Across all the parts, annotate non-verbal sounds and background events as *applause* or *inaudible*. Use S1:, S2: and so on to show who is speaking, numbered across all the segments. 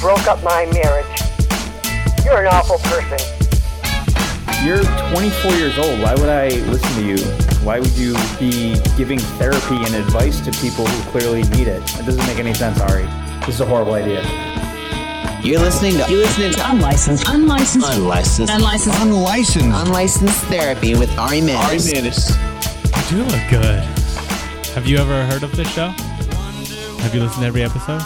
S1: broke up my marriage. You're an awful person.
S2: You're 24 years old. Why would I listen to you? Why would you be giving therapy and advice to people who clearly need it? It doesn't make any sense, Ari. This is a horrible idea.
S3: You're listening to You're listening to
S4: Unlicensed. Unlicensed.
S3: Unlicensed
S4: Unlicensed.
S5: Unlicensed.
S3: Unlicensed Therapy with Ari Manis.
S6: You do look good. Have you ever heard of this show? Have you listened to every episode?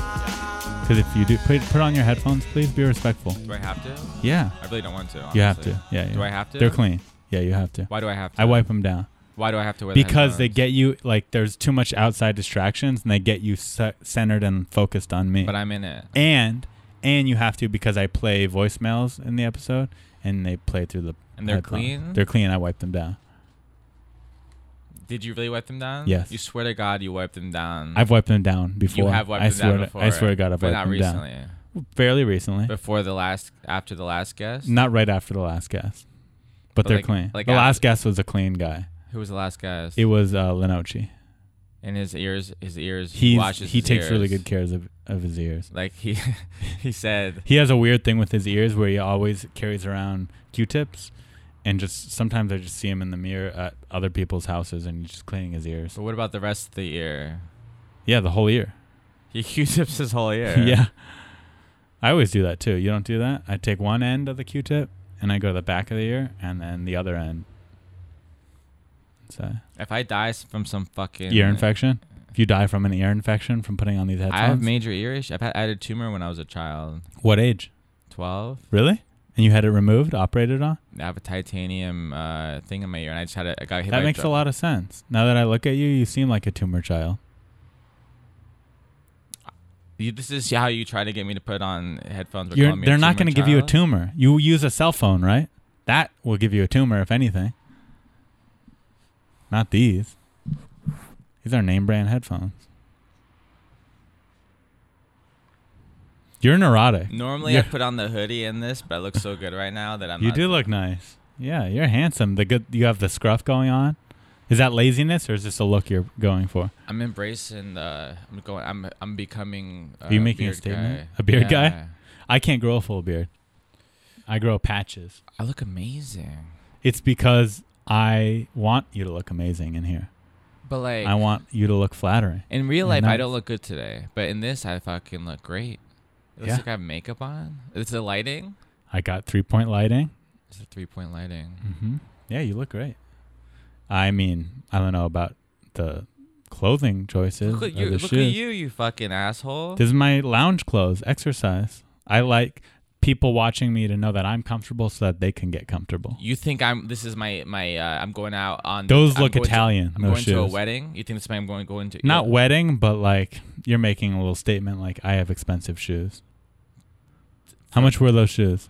S6: Because if you do, put, put on your headphones, please. Be respectful.
S7: Do I have to?
S6: Yeah,
S7: I really don't want to.
S6: you have
S7: honestly.
S6: to. Yeah, yeah.
S7: Do I have to?
S6: They're clean. Yeah, you have to.
S7: Why do I have to?
S6: I wipe them down
S7: Why do I have to wear? the
S6: because they
S7: headphones?
S6: get you like there's too much outside distractions and they get you se- centered and focused on me.
S7: But I'm in it.
S6: and and you have to because I play voicemails in the episode and they play through the
S7: And they're
S6: headphones.
S7: clean? Mm.
S6: They're clean. I wipe them down.
S7: Did you really wipe them down?
S6: Yes.
S7: You swear to God, you wiped them down.
S6: I've wiped them down before.
S7: You have wiped
S6: I
S7: them
S6: swear
S7: down
S6: to,
S7: before.
S6: I swear to God, I've
S7: but
S6: wiped
S7: not
S6: them
S7: recently.
S6: down. Fairly recently.
S7: Before the last, after the last guest.
S6: Not right after the last guest, but,
S7: But
S6: they're
S7: like-
S6: clean.
S7: like
S6: the
S7: after-
S6: last guest was a clean guy.
S7: Who was the last guest?
S6: It was uh, Lenoci.
S7: and his ears, his ears.
S6: He
S7: He washes.
S6: he
S7: his
S6: takes really
S7: ears.
S6: good cares of, of his ears.
S7: Like he, *laughs* he said.
S6: He has a weird thing with his ears where he always carries around Q-tips, and just sometimes I just see him in the mirror at other people's houses and he's just cleaning his ears.
S7: But what about the rest of the ear?
S6: Yeah, the whole ear.
S7: He *laughs* Q-tips his whole ear.
S6: *laughs* yeah, I always do that too. You don't do that? I take one end of the Q-tip and I go to the back of the ear and then the other end. So
S7: If I die s- from some fucking
S6: ear infection. If you die from an ear infection from putting on these headphones,
S7: I have major ear issue. I've had, I had a tumor when I was a child.
S6: what age?
S7: Twelve.
S6: Really? And you had it removed, operated on?
S7: I have a titanium uh, thing in my ear, and I just had a, I got hit.
S6: that
S7: by
S6: makes a lot of sense. Now that I look at you, you seem like a tumor child.
S7: You, this is how you try to get me to put on headphones. but
S6: You're,
S7: calling me a
S6: they're not
S7: tumor
S6: going to give you a
S7: child?
S6: tumor. You use a cell phone, right? That will give you a tumor, if anything. Not these. These are name brand headphones. You're neurotic.
S7: Normally, I
S6: You're-
S7: put on the hoodie in this, but I look so good right now that I'm.
S6: You
S7: not-
S6: do look nice. Yeah, you're handsome. The good you have the scruff going on. Is that laziness or is this a look you're going for?
S7: I'm embracing the. I'm going. I'm. I'm becoming.
S6: Are you making a
S7: beard
S6: statement?
S7: guy.
S6: A beard guy?
S7: Yeah.
S6: I can't grow a full beard. I grow patches.
S7: I look amazing,
S6: It's because I want you to look amazing in here.
S7: but like
S6: I want you to look flattering.
S7: in real life,
S6: nice.
S7: I don't look good today, but in this, I fucking look great. It looks
S6: Yeah.
S7: like I have makeup on. It's the lighting.
S6: I got three point lighting.
S7: It's a three point lighting.
S6: Mm-hmm. Yeah, you look great. I mean, I don't know about the clothing choices.
S7: Look, at
S6: or
S7: you,
S6: the
S7: look at
S6: shoes.
S7: you, you fucking asshole.
S6: Oh, This is my lounge clothes exercise. I like people watching me to know that I'm comfortable so that they can get comfortable.
S7: You think I'm? This is my my. Uh, I'm going out on.
S6: Those
S7: I'm
S6: look
S7: going to-
S6: Italian,
S7: I'm
S6: those
S7: going to a
S6: shoes.
S7: wedding. You think this is my? I'm going going to
S6: Not
S7: yeah.
S6: wedding, but like you're making a little statement like I have expensive shoes. How much were those shoes?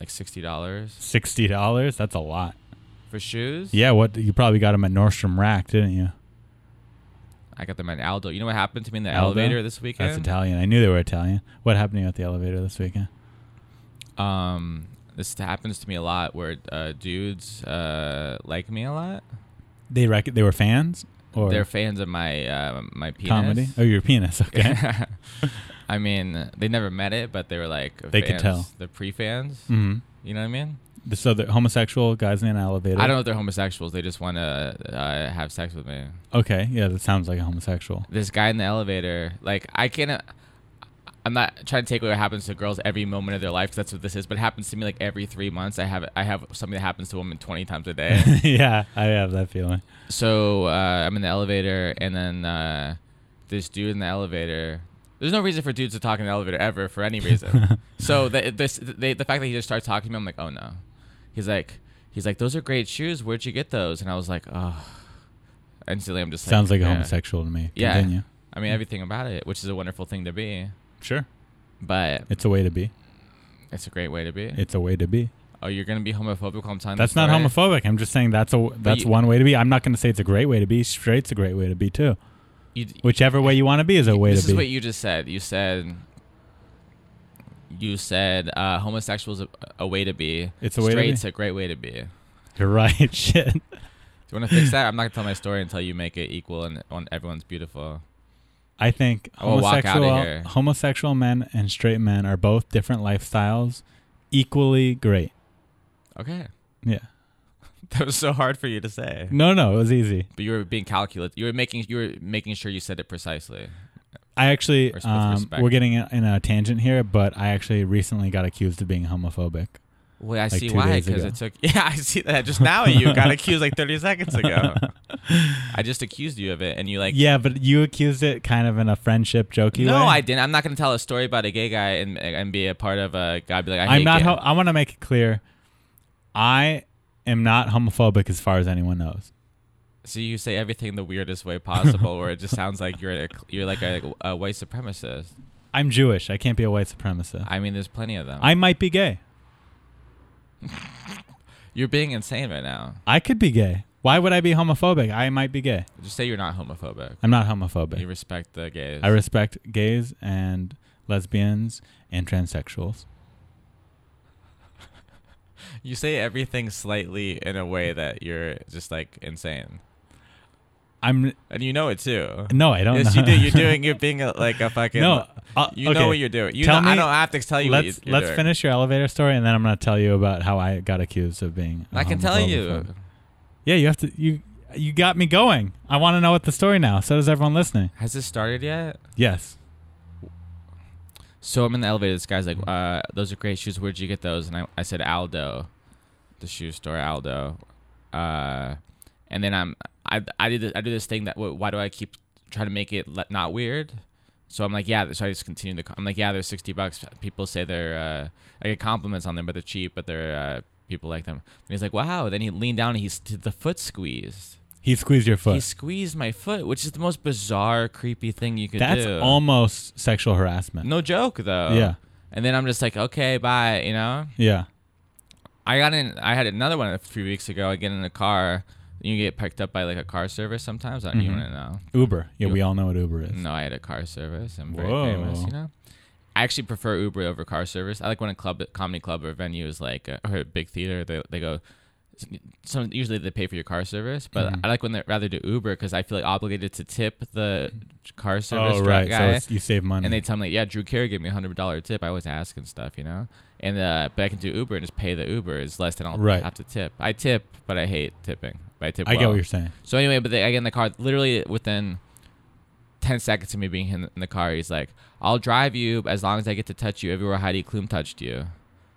S7: like sixty dollars
S6: Sixty dollars? That's a lot.
S7: for shoes.
S6: Yeah, what you probably got them at Nordstrom Rack, didn't you?
S7: I got them at Aldo. You know what happened to me in the
S6: Aldo?
S7: elevator this weekend?
S6: That's Italian. I knew they were Italian. What happened to you at the elevator this weekend?
S7: Um, this happens to me a lot where uh, dudes uh, like me a lot.
S6: They rec- they were fans or
S7: They're fans of my uh, my penis.
S6: comedy? Oh, your penis.
S7: *laughs*
S6: Okay.
S7: I mean, they never met it, but they were like
S6: They could
S7: fans.
S6: tell.
S7: They're pre-fans.
S6: hmm
S7: You know what I mean?
S6: So the homosexual guys in an elevator.
S7: I don't know if they're homosexuals. They just want to uh, have sex with me.
S6: Okay, yeah, that sounds like a homosexual.
S7: this guy in the elevator. Like I can't. I'm not trying to take away what happens to girls every moment of their life 'cause that's what this is. But it happens to me like every three months. I have I have something that happens to a woman 20 times a
S6: *laughs*
S7: day.
S6: yeah, I have that feeling.
S7: so uh, I'm in the elevator, and then uh, this dude in the elevator. There's no reason for dudes to talk in the elevator ever for
S6: *laughs*
S7: any reason. so the, this they, the fact that he just started talking to me, I'm like, oh no. He's like, he's like, those are great shoes. Where'd you get those? And I was like, oh. Instantly, I'm just
S6: sounds like a
S7: yeah.
S6: homosexual to me.
S7: Yeah.
S6: Continue.
S7: I mean, everything about it, which is a wonderful thing to be,
S6: Sure.
S7: but
S6: It's a way to be.
S7: it's a great way to be.
S6: It's a way to be.
S7: oh, you're gonna be homophobic all the time.
S6: That's not
S7: right?
S6: homophobic. I'm just saying that's a that's
S7: you-
S6: one way to be. I'm not going to say it's a great way to be. Straight's a great way to be too.
S7: You,
S6: Whichever way you want to be is a way
S7: this
S6: to
S7: is
S6: be.
S7: what you just said. You said. You said uh, homosexual is a, a way to be.
S6: It's a way to be.
S7: Straight's a great way to be. Do you
S6: You're right. *laughs* Shit.
S7: want to fix that? I'm not gonna tell my story until you make it equal and on everyone's beautiful.
S6: I think
S7: I will walk outta
S6: homosexual
S7: here.
S6: homosexual men and straight men are both different lifestyles, equally great.
S7: Okay. *laughs*
S6: Yeah.
S7: That was so hard for you to say.
S6: No, no, it was easy.
S7: But you were being calculated. You were making you were making sure you said it precisely.
S6: I actually,
S7: Res- with
S6: um,
S7: respect.
S6: we're getting in in a tangent here, but I actually recently got accused of being homophobic.
S7: Wait, I see
S6: two
S7: why
S6: days
S7: because
S6: ago.
S7: it took. *laughs* Yeah, I see that just now.
S6: *laughs*
S7: You got accused like 30 seconds ago. I just accused you of it, and you like.
S6: yeah, but you accused it kind of in a friendship jokey way.
S7: No, I didn't. I'm not gonna tell a story about a gay guy and and be a part of a guy. Be like, I
S6: I'm
S7: hate
S6: not.
S7: gay.
S6: Ho- I want to make it clear. I am not homophobic as far as anyone knows.
S7: so you say everything the weirdest way possible, where
S6: *laughs*
S7: it just sounds like you're a, you're like a, a white supremacist.
S6: I'm Jewish. I can't be a white supremacist.
S7: I mean, there's plenty of them.
S6: I might be gay.
S7: you're being insane right now.
S6: I could be gay. Why would I be homophobic? I might be gay.
S7: Just say you're not homophobic.
S6: I'm not homophobic.
S7: You respect the gays.
S6: I respect gays and lesbians and transsexuals.
S7: you say everything slightly in a way that you're just like insane,
S6: I'm
S7: and you know it too.
S6: Oh, no, I don't.
S7: yes,
S6: know.
S7: you
S6: *laughs*
S7: do. You're doing. You're being a, like a fucking.
S6: no. uh,
S7: you
S6: okay.
S7: know what you're doing. You
S6: Tell
S7: know, I
S6: me-
S7: don't have to tell you.
S6: Let's
S7: what you
S6: let's finish your elevator story, and then I'm gonna tell you about how I got accused of being. a
S7: I can tell you.
S6: homophobe. Yeah, you have to. You you got me going. I want to know what the story now. So does everyone listening.
S7: Has this started yet?
S6: Yes.
S7: So I'm in the elevator. This guy's like, uh, "Those are great shoes. Where'd you get those?" And I, I said Aldo, the shoe store Aldo. Uh, and then I'm I I did this, I do this thing that wh- why do I keep trying to make it le- not weird? So I'm like, yeah. So I just continue to. co- I'm like, yeah, they're sixty bucks. People say they're. Uh, I get compliments on them, but they're cheap. But they're uh, people like them. And he's like, wow. Then he leaned down and he s- did the foot squeeze.
S6: He squeezed your
S7: He
S6: foot.
S7: squeezed my foot, which is the most bizarre, creepy thing you could
S6: That's
S7: do.
S6: almost sexual harassment.
S7: No joke though.
S6: Yeah.
S7: And then I'm just like, okay, bye. You know,
S6: Yeah.
S7: I got in. I had another one a few weeks ago. I get in a car. You get picked up by like a car service sometimes. I don't even
S6: Mm-hmm.
S7: know.
S6: Uber. Yeah, we all know what Uber is.
S7: No, I had a car service. I'm very
S6: Whoa.
S7: famous. You know, I actually prefer Uber over car service. I like when a club, comedy club, or venue is like a, or a big theater. They they go. Some usually they pay for your car service, but
S6: Mm-hmm.
S7: I like when they rather do Uber because I feel like obligated to tip the car service
S6: Oh
S7: dri-
S6: right. So
S7: guy.
S6: it's, you save money.
S7: And they tell me, yeah, Drew Carey gave me a hundred dollar tip. I always ask and stuff, you know. And uh, but I can do Uber and just pay the Uber. It's less than I'll
S6: Right.
S7: have to tip. I tip, but I hate tipping. But I tip.
S6: I get
S7: well.
S6: what you're saying.
S7: So anyway, but they, I get in the car. Literally within ten seconds of me being in, in the car, he's like, "I'll drive you as long as I get to touch you everywhere Heidi Klum touched you,"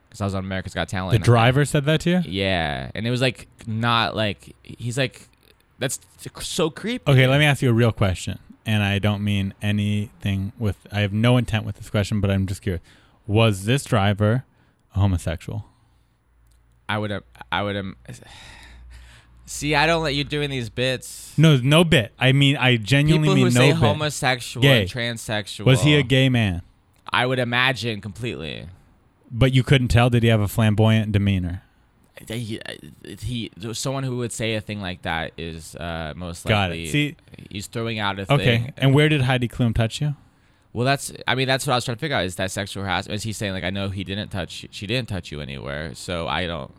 S7: because I was on America's Got Talent.
S6: The
S7: and I-
S6: driver said that to you.
S7: Yeah, and it was like not like he's like, that's so creepy.
S6: Okay, let me ask you a real question, and I don't mean anything with. I have no intent with this question, but I'm just curious. Was this driver a homosexual?
S7: I would have. I would have. *sighs* See, I don't let you doing these bits.
S6: No, no bit. I mean, I genuinely
S7: People
S6: mean
S7: who
S6: no
S7: say
S6: bit.
S7: homosexual
S6: Gay.
S7: and transsexual.
S6: Was he a gay man?
S7: I would imagine completely.
S6: But you couldn't tell. Did he have a flamboyant demeanor?
S7: He, he- someone who would say a thing like that is uh, most
S6: Got it.
S7: likely.
S6: See-
S7: he's throwing out a thing.
S6: Okay. And where did Heidi Klum touch you?
S7: Well, that's. I mean, that's what I was trying to figure out. Is that sexual harassment? Is he saying like, I know he didn't touch, she didn't touch you anywhere, so I don't.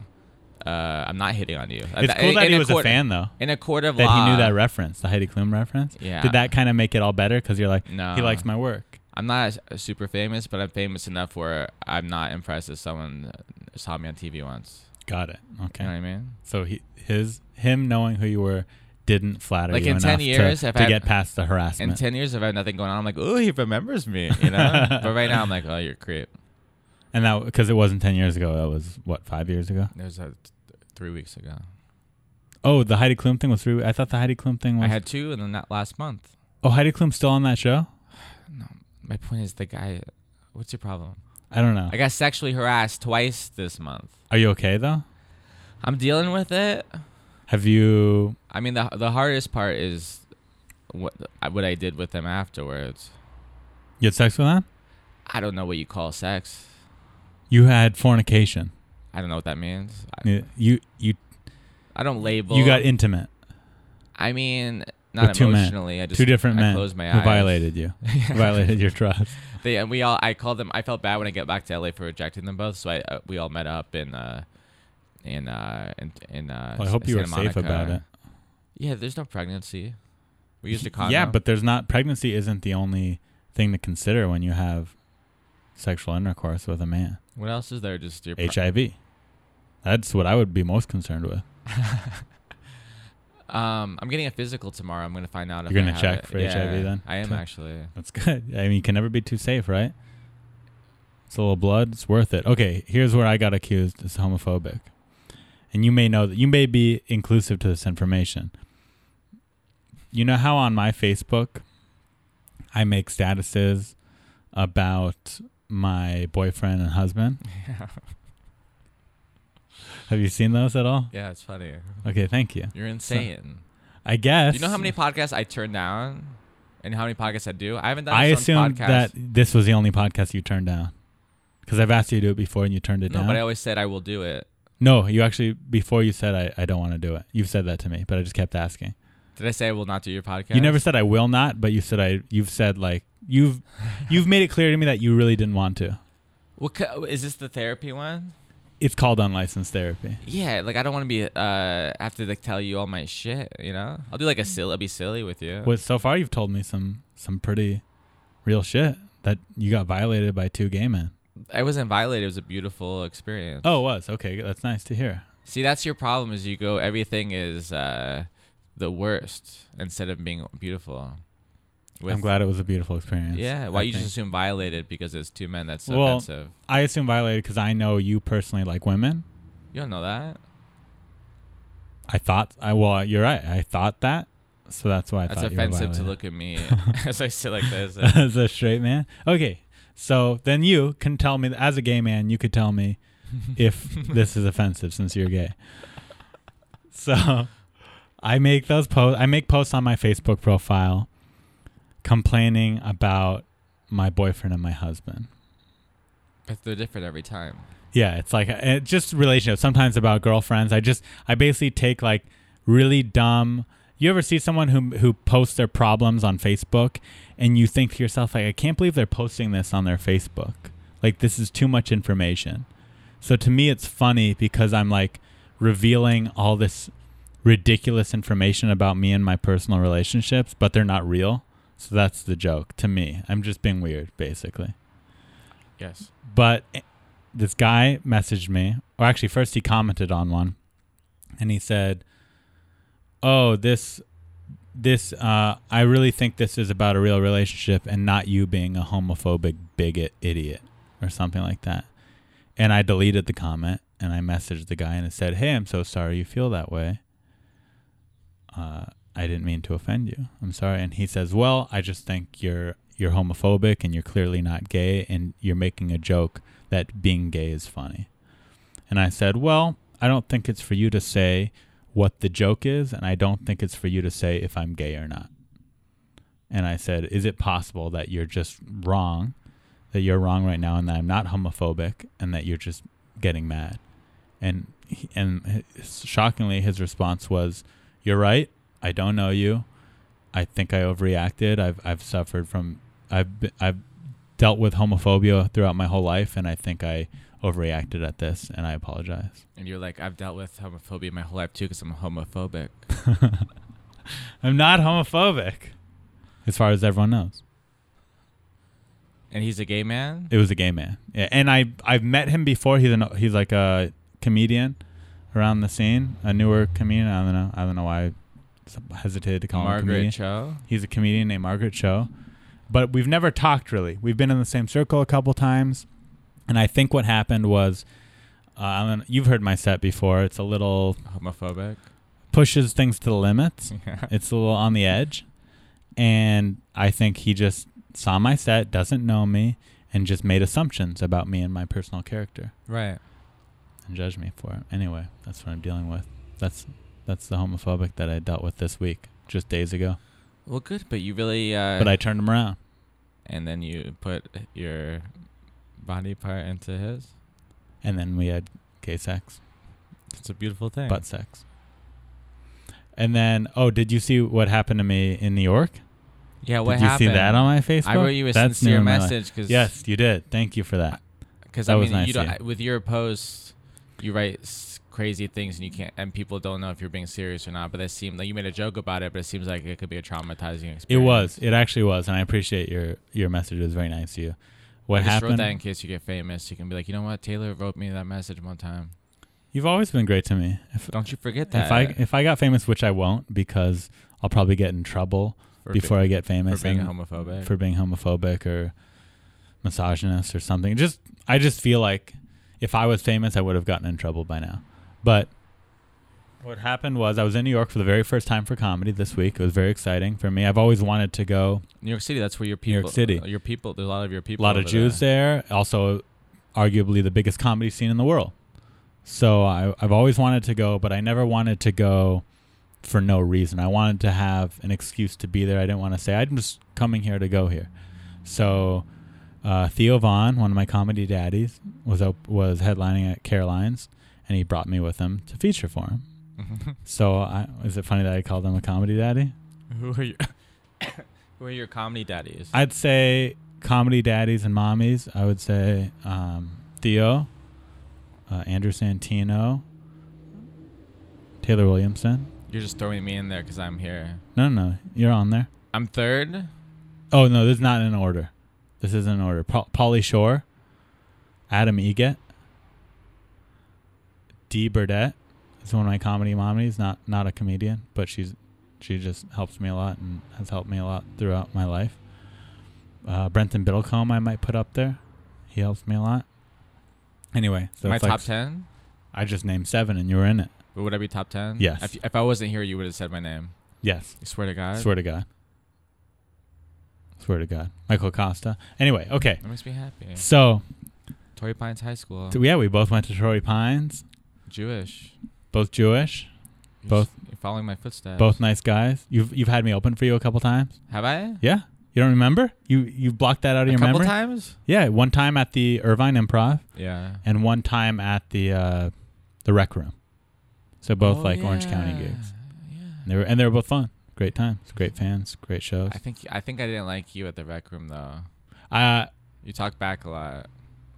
S7: Uh, I'm not hitting on you.
S6: It's cool that he was a fan, though,
S7: In a court of
S6: That
S7: law,
S6: he knew that reference, the Heidi Klum reference.
S7: Yeah.
S6: Did that kind of make it all better? Because you're like,
S7: No.
S6: he likes my work.
S7: I'm not s- uh, super famous, but I'm famous enough where I'm not impressed if someone uh, saw me on TV once.
S6: Got it. Okay.
S7: You know what I mean?
S6: So he, his, him knowing who you were didn't flatter
S7: Like
S6: you
S7: in 10
S6: enough to-
S7: years,
S6: to,
S7: if I-
S6: get past the
S7: In
S6: harassment.
S7: ten years, if I have nothing going on, I'm like, oh, he remembers me, you know. but right now, I'm like, oh, you're a creep.
S6: and that because it wasn't 10 years ago, that was what five years ago.
S7: It was uh, th- three weeks ago.
S6: Oh, the Heidi Klum thing was through. I thought the Heidi Klum thing was.
S7: I had two, and then that last month.
S6: oh, Heidi Klum's still on that show?
S7: My point is, the guy. What's your problem?
S6: I don't know.
S7: I got sexually harassed twice this month.
S6: Are you okay though?
S7: I'm dealing with it.
S6: Have you?
S7: I mean, the the hardest part is what uh, what I did with them afterwards.
S6: You had sex with him?
S7: I don't know what you call sex.
S6: You had fornication.
S7: I don't know what that means. I,
S6: You you you,
S7: I don't label.
S6: you got intimate.
S7: I mean,
S6: With
S7: not
S6: two men.
S7: emotionally. I just
S6: Two different
S7: I
S6: men
S7: Closed my eyes.
S6: who violated
S7: *laughs*
S6: you, violated your trust.
S7: They and we all. I called them. I felt bad when I got back to LA for rejecting them both. So I uh, we all met up in uh in uh in in uh.
S6: Well, I hope you
S7: Santa
S6: were safe
S7: Monica.
S6: about it.
S7: Yeah, there's no pregnancy. We used a condom.
S6: Yeah, but there's not pregnancy isn't the only thing to consider when you have sexual intercourse with a man.
S7: what else is there? Just your pro-
S6: HIV. That's what I would be most concerned with.
S7: Um, I'm getting a physical tomorrow. I'm gonna find out. if
S6: You're
S7: I
S6: gonna
S7: have
S6: check
S7: it.
S6: for
S7: Yeah,
S6: HIV then?
S7: I am
S6: Okay.
S7: actually.
S6: That's good. *laughs* I mean, you can never be too safe, right? It's a little blood. It's worth it. Okay, here's where I got accused as homophobic, and you may know that you may be inclusive to this information. You know how on my Facebook, I make statuses about my boyfriend and
S7: *laughs*
S6: husband. Have you seen those at all?
S7: Yeah, it's funny.
S6: Okay, thank you.
S7: You're insane.
S6: I guess
S7: you know how many podcasts I turn down, and how many podcasts I do. I haven't done.
S6: I
S7: a
S6: assumed
S7: podcast.
S6: that this was the only podcast you turned down because I've asked you to do it before and you turned it
S7: No,
S6: down.
S7: but I always said I will do it.
S6: no, you actually before you said I, I don't want to do it. You've said that to me, but I just kept asking.
S7: Did I say I will not do your podcast?
S6: You never said I will not, but you said I. You've said like
S7: *laughs*
S6: you've you've made it clear to me that you really didn't want to.
S7: What co- uh, is this the therapy one?
S6: It's called unlicensed therapy.
S7: Yeah, like I don't want to be uh have to like tell you all my shit. You know, I'll do like a silly. I'll be silly with you.
S6: Well, so far you've told me some some pretty real shit that you got violated by two gay men.
S7: I wasn't violated. It was a beautiful experience.
S6: Oh, it was okay. That's nice to hear.
S7: See, that's your problem. Is you go everything is uh the worst instead of being beautiful. With-
S6: I'm glad it was a beautiful experience.
S7: Yeah, why
S6: I
S7: you just
S6: think.
S7: assume violated because it's two men? That's
S6: Well-
S7: offensive.
S6: I assume violated because I know you personally like women.
S7: You don't know that.
S6: I thought I well, you're right. I thought that, so that's why I
S7: That's
S6: thought you were
S7: offensive to
S6: violated.
S7: look at me *laughs* as I sit like
S6: *laughs*
S7: this.
S6: as a straight man. Okay, so then you can tell me as a gay man, you could tell me
S7: *laughs*
S6: if this is offensive since you're gay. So I make those posts. I make posts on my Facebook profile complaining about my boyfriend and my husband.
S7: But they're different every time.
S6: Yeah, it's like it just relationships. Sometimes about girlfriends. I just I basically take like really dumb. You ever see someone who who posts their problems on Facebook, and you think to yourself like, I can't believe they're posting this on their Facebook. Like this is too much information. So to me, it's funny because I'm like revealing all this ridiculous information about me and my personal relationships, but they're not real. So that's the joke to me. I'm just being weird, basically
S7: Yes.
S6: but this guy messaged me or actually first he commented on one and he said oh this this uh, i really think this is about a real relationship and not you being a homophobic bigot idiot or something like that and i deleted the comment and i messaged the guy and I said hey i'm so sorry you feel that way uh, i didn't mean to offend you i'm sorry and he says well i just think you're you're homophobic and you're clearly not gay and you're making a joke that being gay is funny and i said well i don't think it's for you to say what the joke is and i don't think it's for you to say if i'm gay or not and i said is it possible that you're just wrong that you're wrong right now and that i'm not homophobic and that you're just getting mad and he, and his- shockingly his response was you're right i don't know you I think I overreacted. I've I've suffered from I've be- I've dealt with homophobia throughout my whole life, and I think I overreacted at this, and I apologize.
S7: And you're like, I've dealt with homophobia my whole life too because I'm homophobic.
S6: I'm not homophobic, as far as everyone knows.
S7: And he's a gay man.
S6: It was a gay man, yeah, and I I've met him before. He's an he's like a comedian around the scene, a newer comedian. I don't know. I don't know why I hesitated to call him a comedian.
S7: Margaret Cho.
S6: He's a comedian named Margaret Cho. But we've never talked really. We've been in the same circle a couple times. And I think what happened was uh, I don't- you've heard my set before. It's a little
S7: Homophobic. *laughs*
S6: pushes things to the limits.
S7: Yeah.
S6: It's a little on the edge. And I think he just saw my set, doesn't know me, and just made assumptions about me and my personal character
S7: Right.
S6: and judged me for it. Anyway, that's what I'm dealing with. That's that's the homophobic that I dealt with this week, just days ago.
S7: Well, good, but you really. Uh,
S6: But I turned him around.
S7: and then you put your body part into his.
S6: And then we had gay sex.
S7: It's a beautiful thing.
S6: butt sex. And then, oh, did you see what happened to me in New York?
S7: yeah, what
S6: did you
S7: happened?
S6: see that on my Facebook?
S7: I wrote you a
S6: That's new
S7: sincere
S6: in my life.
S7: message because
S6: Yes, you did. Thank you for that.
S7: Because
S6: That
S7: I
S6: was
S7: mean,
S6: nice
S7: you
S6: of
S7: don't,
S6: you.
S7: with your posts, you write s- crazy things and you can't and people don't know if you're being serious or not. But that seemed like you made a joke about it, but it seems like it could be a traumatizing experience.
S6: It was. It actually was, and I appreciate your your message. It was very nice of you. What
S7: I just wrote
S6: happened?
S7: that in case you get famous. You can be like, you know what? Taylor wrote me that message one time.
S6: You've always been great to me. If
S7: Don't you forget that.
S6: if I if I got famous, which I won't, because I'll probably get in trouble
S7: For
S6: before
S7: being-
S6: I get famous
S7: for being
S6: and
S7: homophobic.
S6: for being homophobic or misogynist or something. Just I just feel like if I was famous, I would have gotten in trouble by now. But what happened was I was in New York for the very first time for comedy this week. It was very exciting for me. I've always wanted to go.
S7: New York City. That's where your people.
S6: New
S7: uh,
S6: York City.
S7: Your people. There's a lot of your
S6: A
S7: people.
S6: lot of
S7: over
S6: Jews
S7: there.
S6: there. Also, arguably the biggest comedy scene in the world. So I, I've always wanted to go, but I never wanted to go for no reason. I wanted to have an excuse to be there. I didn't want to say I'm just coming here to go here. So uh, Theo Vaughn, one of my comedy daddies, was op- was headlining at Caroline's, and he brought me with him to feature for him.
S7: Mm-hmm.
S6: so I, is it funny that I called him a comedy daddy?
S7: *laughs* Who are your *coughs* Who are your comedy daddies?
S6: I'd say comedy daddies and mommies. I would say um, Theo, uh, Andrew Santino, Taylor Williamson.
S7: You're just throwing me in there because I'm here.
S6: No, no, no, you're on there.
S7: I'm third.
S6: Oh no, this is not in order. This isn't in order. Pa- Pauly Shore, Adam Egett, Dee Burdett is one of my comedy mommies. Not not a comedian, but she's she just helps me a lot and has helped me a lot throughout my life. Uh, Brenton Biddlecombe, I might put up there. He helps me a lot. Anyway, so
S7: My
S6: it's like-
S7: top ten.
S6: I just named seven, and you were in it.
S7: But would I be top ten?
S6: Yes.
S7: If, if I wasn't here, you would have said my name.
S6: Yes.
S7: I swear to God.
S6: Swear to God. Swear to God. Michael Costa. Anyway, okay.
S7: That makes me happy.
S6: So
S7: Torrey Pines High School.
S6: So, yeah, we both went to Torrey Pines,
S7: Jewish.
S6: both Jewish,
S7: You're
S6: Both-
S7: just- you're following my footsteps.
S6: both nice guys. You've you've had me open for you a couple times.
S7: Have I?
S6: Yeah, you don't remember? You you blocked that out of
S7: A
S6: your
S7: couple
S6: memory.
S7: times.
S6: Yeah, one time at the Irvine Improv
S7: Yeah.
S6: and one time at the uh, the Rec Room. So both
S7: Oh,
S6: like Orange
S7: yeah.
S6: County gigs. And
S7: Yeah.
S6: they were and they were both fun. Great times, great fans, great shows.
S7: I think I think I didn't like you at the rec room though.
S6: Uh,
S7: You talked back a lot.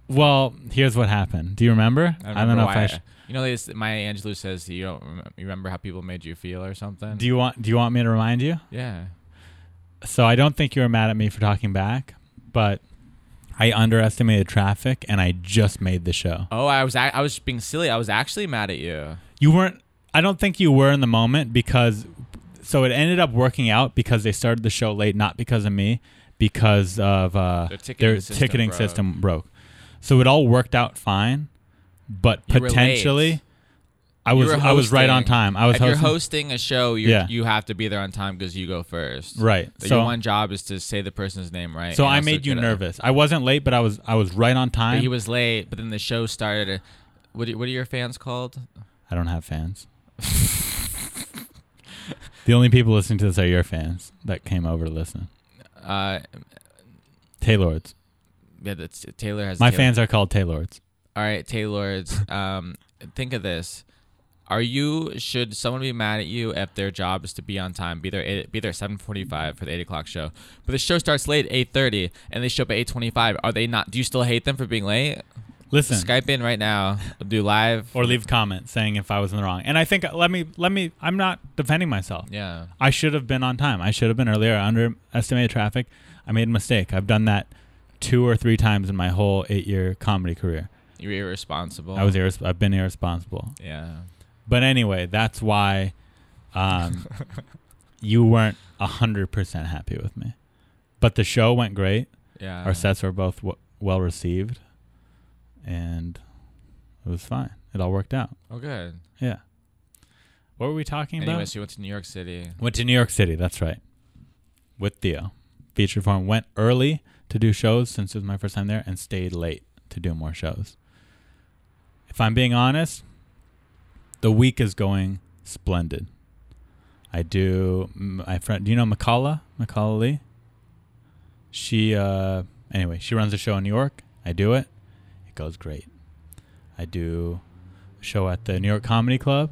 S6: well, here's what happened. Do you remember?
S7: I, remember
S6: don't know
S7: why
S6: if I.
S7: I-
S6: Sh-
S7: you know, this, Maya Angelou says you don't rem- you remember how people made you feel or something.
S6: do you want Do you want me to remind you?
S7: yeah.
S6: so I don't think you were mad at me for talking back, but I underestimated traffic and I just made the show.
S7: Oh, I was ac- I was being silly. I was actually mad at you.
S6: You weren't I don't think you were in the moment because so it ended up working out because they started the show late, not because of me, because of uh,
S7: Their ticketing
S6: their
S7: system
S6: ticketing
S7: broke.
S6: system broke. So it all worked out fine, but
S7: You were late.
S6: potentially I was
S7: You were
S6: I was right on
S7: hosting.
S6: time. I was
S7: if
S6: hosting.
S7: you're hosting a show, you
S6: Yeah.
S7: you have to be there on time because you go first.
S6: Right.
S7: So,
S6: So-
S7: your one job is to say the person's name right.
S6: so
S7: and
S6: I
S7: also
S6: made you
S7: get a-
S6: nervous. I wasn't late, but I was I was right on
S7: But
S6: time.
S7: he was late, but then the show started. What are, what are your fans called?
S6: I don't have fans. the only people listening to this are your fans that came over to listen.
S7: Uh,
S6: Taylords.
S7: yeah, that's Taylor has
S6: My
S7: Taylor.
S6: fans are called Taylords.
S7: All right,
S6: *laughs*
S7: Taylords. um, think of this. Are you should someone be mad at you if their job is to be on time? Be there eight, be there seven forty five for the eight o'clock show, but the show starts late eight thirty, and they show up at eight twenty five. Are they not? Do you still hate them for being late?
S6: Listen
S7: Skype in
S6: *laughs*
S7: right now. We'll do live
S6: or leave comments saying if I was in the wrong. And I think uh, let me let me I'm not defending myself.
S7: Yeah,
S6: I should have been on time. I should have been earlier. I underestimated traffic. I made a mistake. I've done that two or three times in my whole 8-year comedy career.
S7: you're irresponsible.
S6: I was irres- I've been irresponsible.
S7: Yeah,
S6: But anyway, that's why um, you weren't hundred percent happy with me. But the show went great.
S7: yeah.
S6: Our sets were both w- well received, and it was fine. It all worked out.
S7: Oh, good.
S6: Yeah. What were we talking about?
S7: Anyway, so you went to New York City.
S6: Went to New York City. That's right. With Theo, feature form. Went early to do shows since it was my first time there, and stayed late to do more shows. If I'm being honest, the week is going splendid. I do. My friend, do you know McCalla? McCalla Lee. She, uh, anyway, she runs a show in New York. I do it. It goes great. I do a show at the New York Comedy Club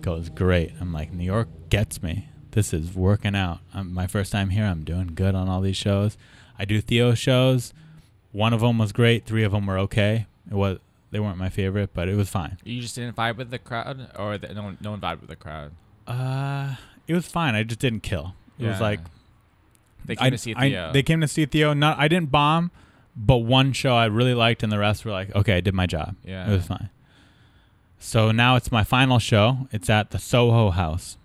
S6: goes great. I'm like, New York gets me. This is working out. I'm, my first time here. I'm doing good on all these shows. I do Theo shows. One of them was great. Three of them were okay. It was They weren't my favorite, but it was fine.
S7: You just didn't vibe with the crowd, or the, no one, no one vibed with the crowd.
S6: Uh, it was fine. I just didn't kill. It was
S7: Yeah.
S6: like
S7: They came
S6: I-
S7: to see
S6: I-
S7: Theo.
S6: they came to see Theo. Not I didn't bomb, but one show I really liked, and the rest were like, okay, I did my job.
S7: Yeah.
S6: it was fine. So now it's my final show. It's at the Soho House.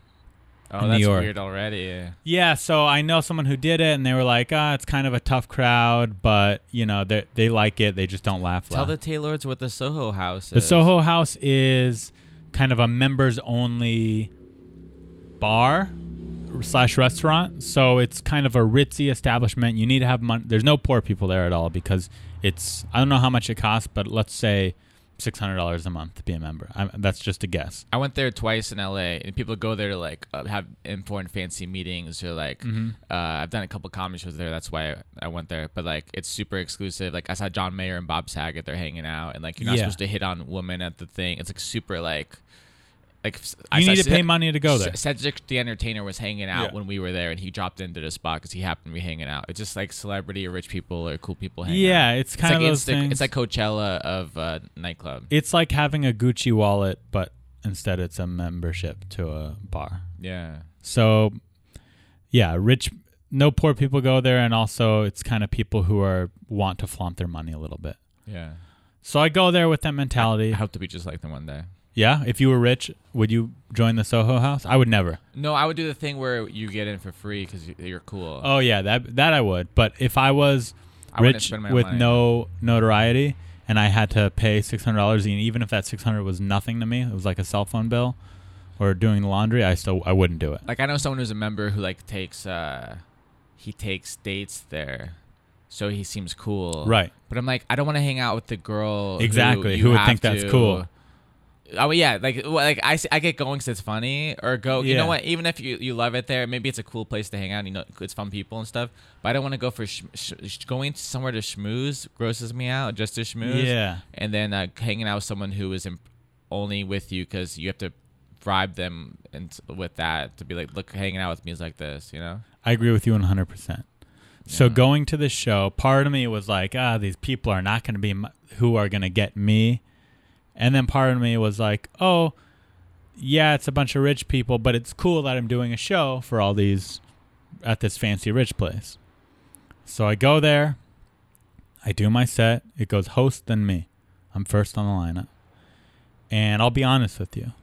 S7: oh,
S6: in
S7: that's
S6: New York.
S7: weird already.
S6: Yeah, so I know someone who did it, and they were like, "Ah, it's kind of a tough crowd, but you know they they like it. They just don't laugh."
S7: Tell
S6: loud."
S7: the Taylors what the Soho House
S6: The
S7: is.
S6: Soho House is kind of a members only bar slash restaurant. So it's kind of a ritzy establishment. You need to have money. There's no poor people there at all because it's, I don't know how much it costs, but let's say $600 a month to be a member. I, that's just a guess.
S7: I went there twice in LA, and people go there to like uh, have important fancy meetings or like
S6: Mm-hmm.
S7: uh, I've done a couple comedy shows there. That's why I went there. But like it's super exclusive. Like I saw John Mayer and Bob Saget. They're hanging out, and like you're not
S6: Yeah.
S7: supposed to hit on women at the thing. It's like super like like if-
S6: You need
S7: saw
S6: to pay money to go there.
S7: C- Cedric the Entertainer was hanging out
S6: Yeah.
S7: when we were there, and he dropped into the spot because he happened to be hanging out. It's just like celebrity or rich people or cool people hanging
S6: Yeah,
S7: out.
S6: it's kind
S7: like
S6: of those
S7: Insta-
S6: things.
S7: It's like Coachella of uh, nightclub.
S6: It's like having a Gucci wallet, but instead it's a membership to a bar.
S7: yeah.
S6: So, yeah, rich, no poor people go there, and also it's kind of people who are want to flaunt their money a little bit.
S7: Yeah.
S6: So I go there with that mentality.
S7: I hope to be just like them one day.
S6: Yeah, if you were rich, would you join the Soho House? I would never.
S7: No, I would do the thing where you get in for free because you're cool.
S6: Oh yeah, that that I would. But if I was
S7: I wouldn't
S6: rich
S7: spend my
S6: with
S7: money.
S6: no notoriety and I had to pay six hundred dollars, and even if that six hundred was nothing to me, it was like a cell phone bill or doing the laundry, I still I wouldn't do it.
S7: Like I know someone who's a member who like takes uh he takes dates there. So he seems cool.
S6: Right.
S7: But I'm like I don't want to hang out with the girl who
S6: Exactly,
S7: you
S6: who would
S7: have
S6: think that's
S7: to-
S6: cool.
S7: Oh yeah, like well, like I, s- I get going 'cause it's funny or go. You
S6: Yeah.
S7: know what? Even if you, you love it there, maybe it's a cool place to hang out. You know, it's fun people and stuff. But I don't want to go for sh- sh- sh- going somewhere to schmooze grosses me out just to schmooze.
S6: Yeah.
S7: and then uh, hanging out with someone who is imp- only with you because you have to bribe them and with that to be like, look, hanging out with me is like this, you know?
S6: I agree with you 100%. So going to this show, part of me was like, ah, these people are not going to be m- who are going to get me. And then part of me was like, oh, yeah, it's a bunch of rich people, but it's cool that I'm doing a show for all these at this fancy rich place. So I go there, I do my set. It goes host then me. I'm first on the lineup. And I'll be honest with you.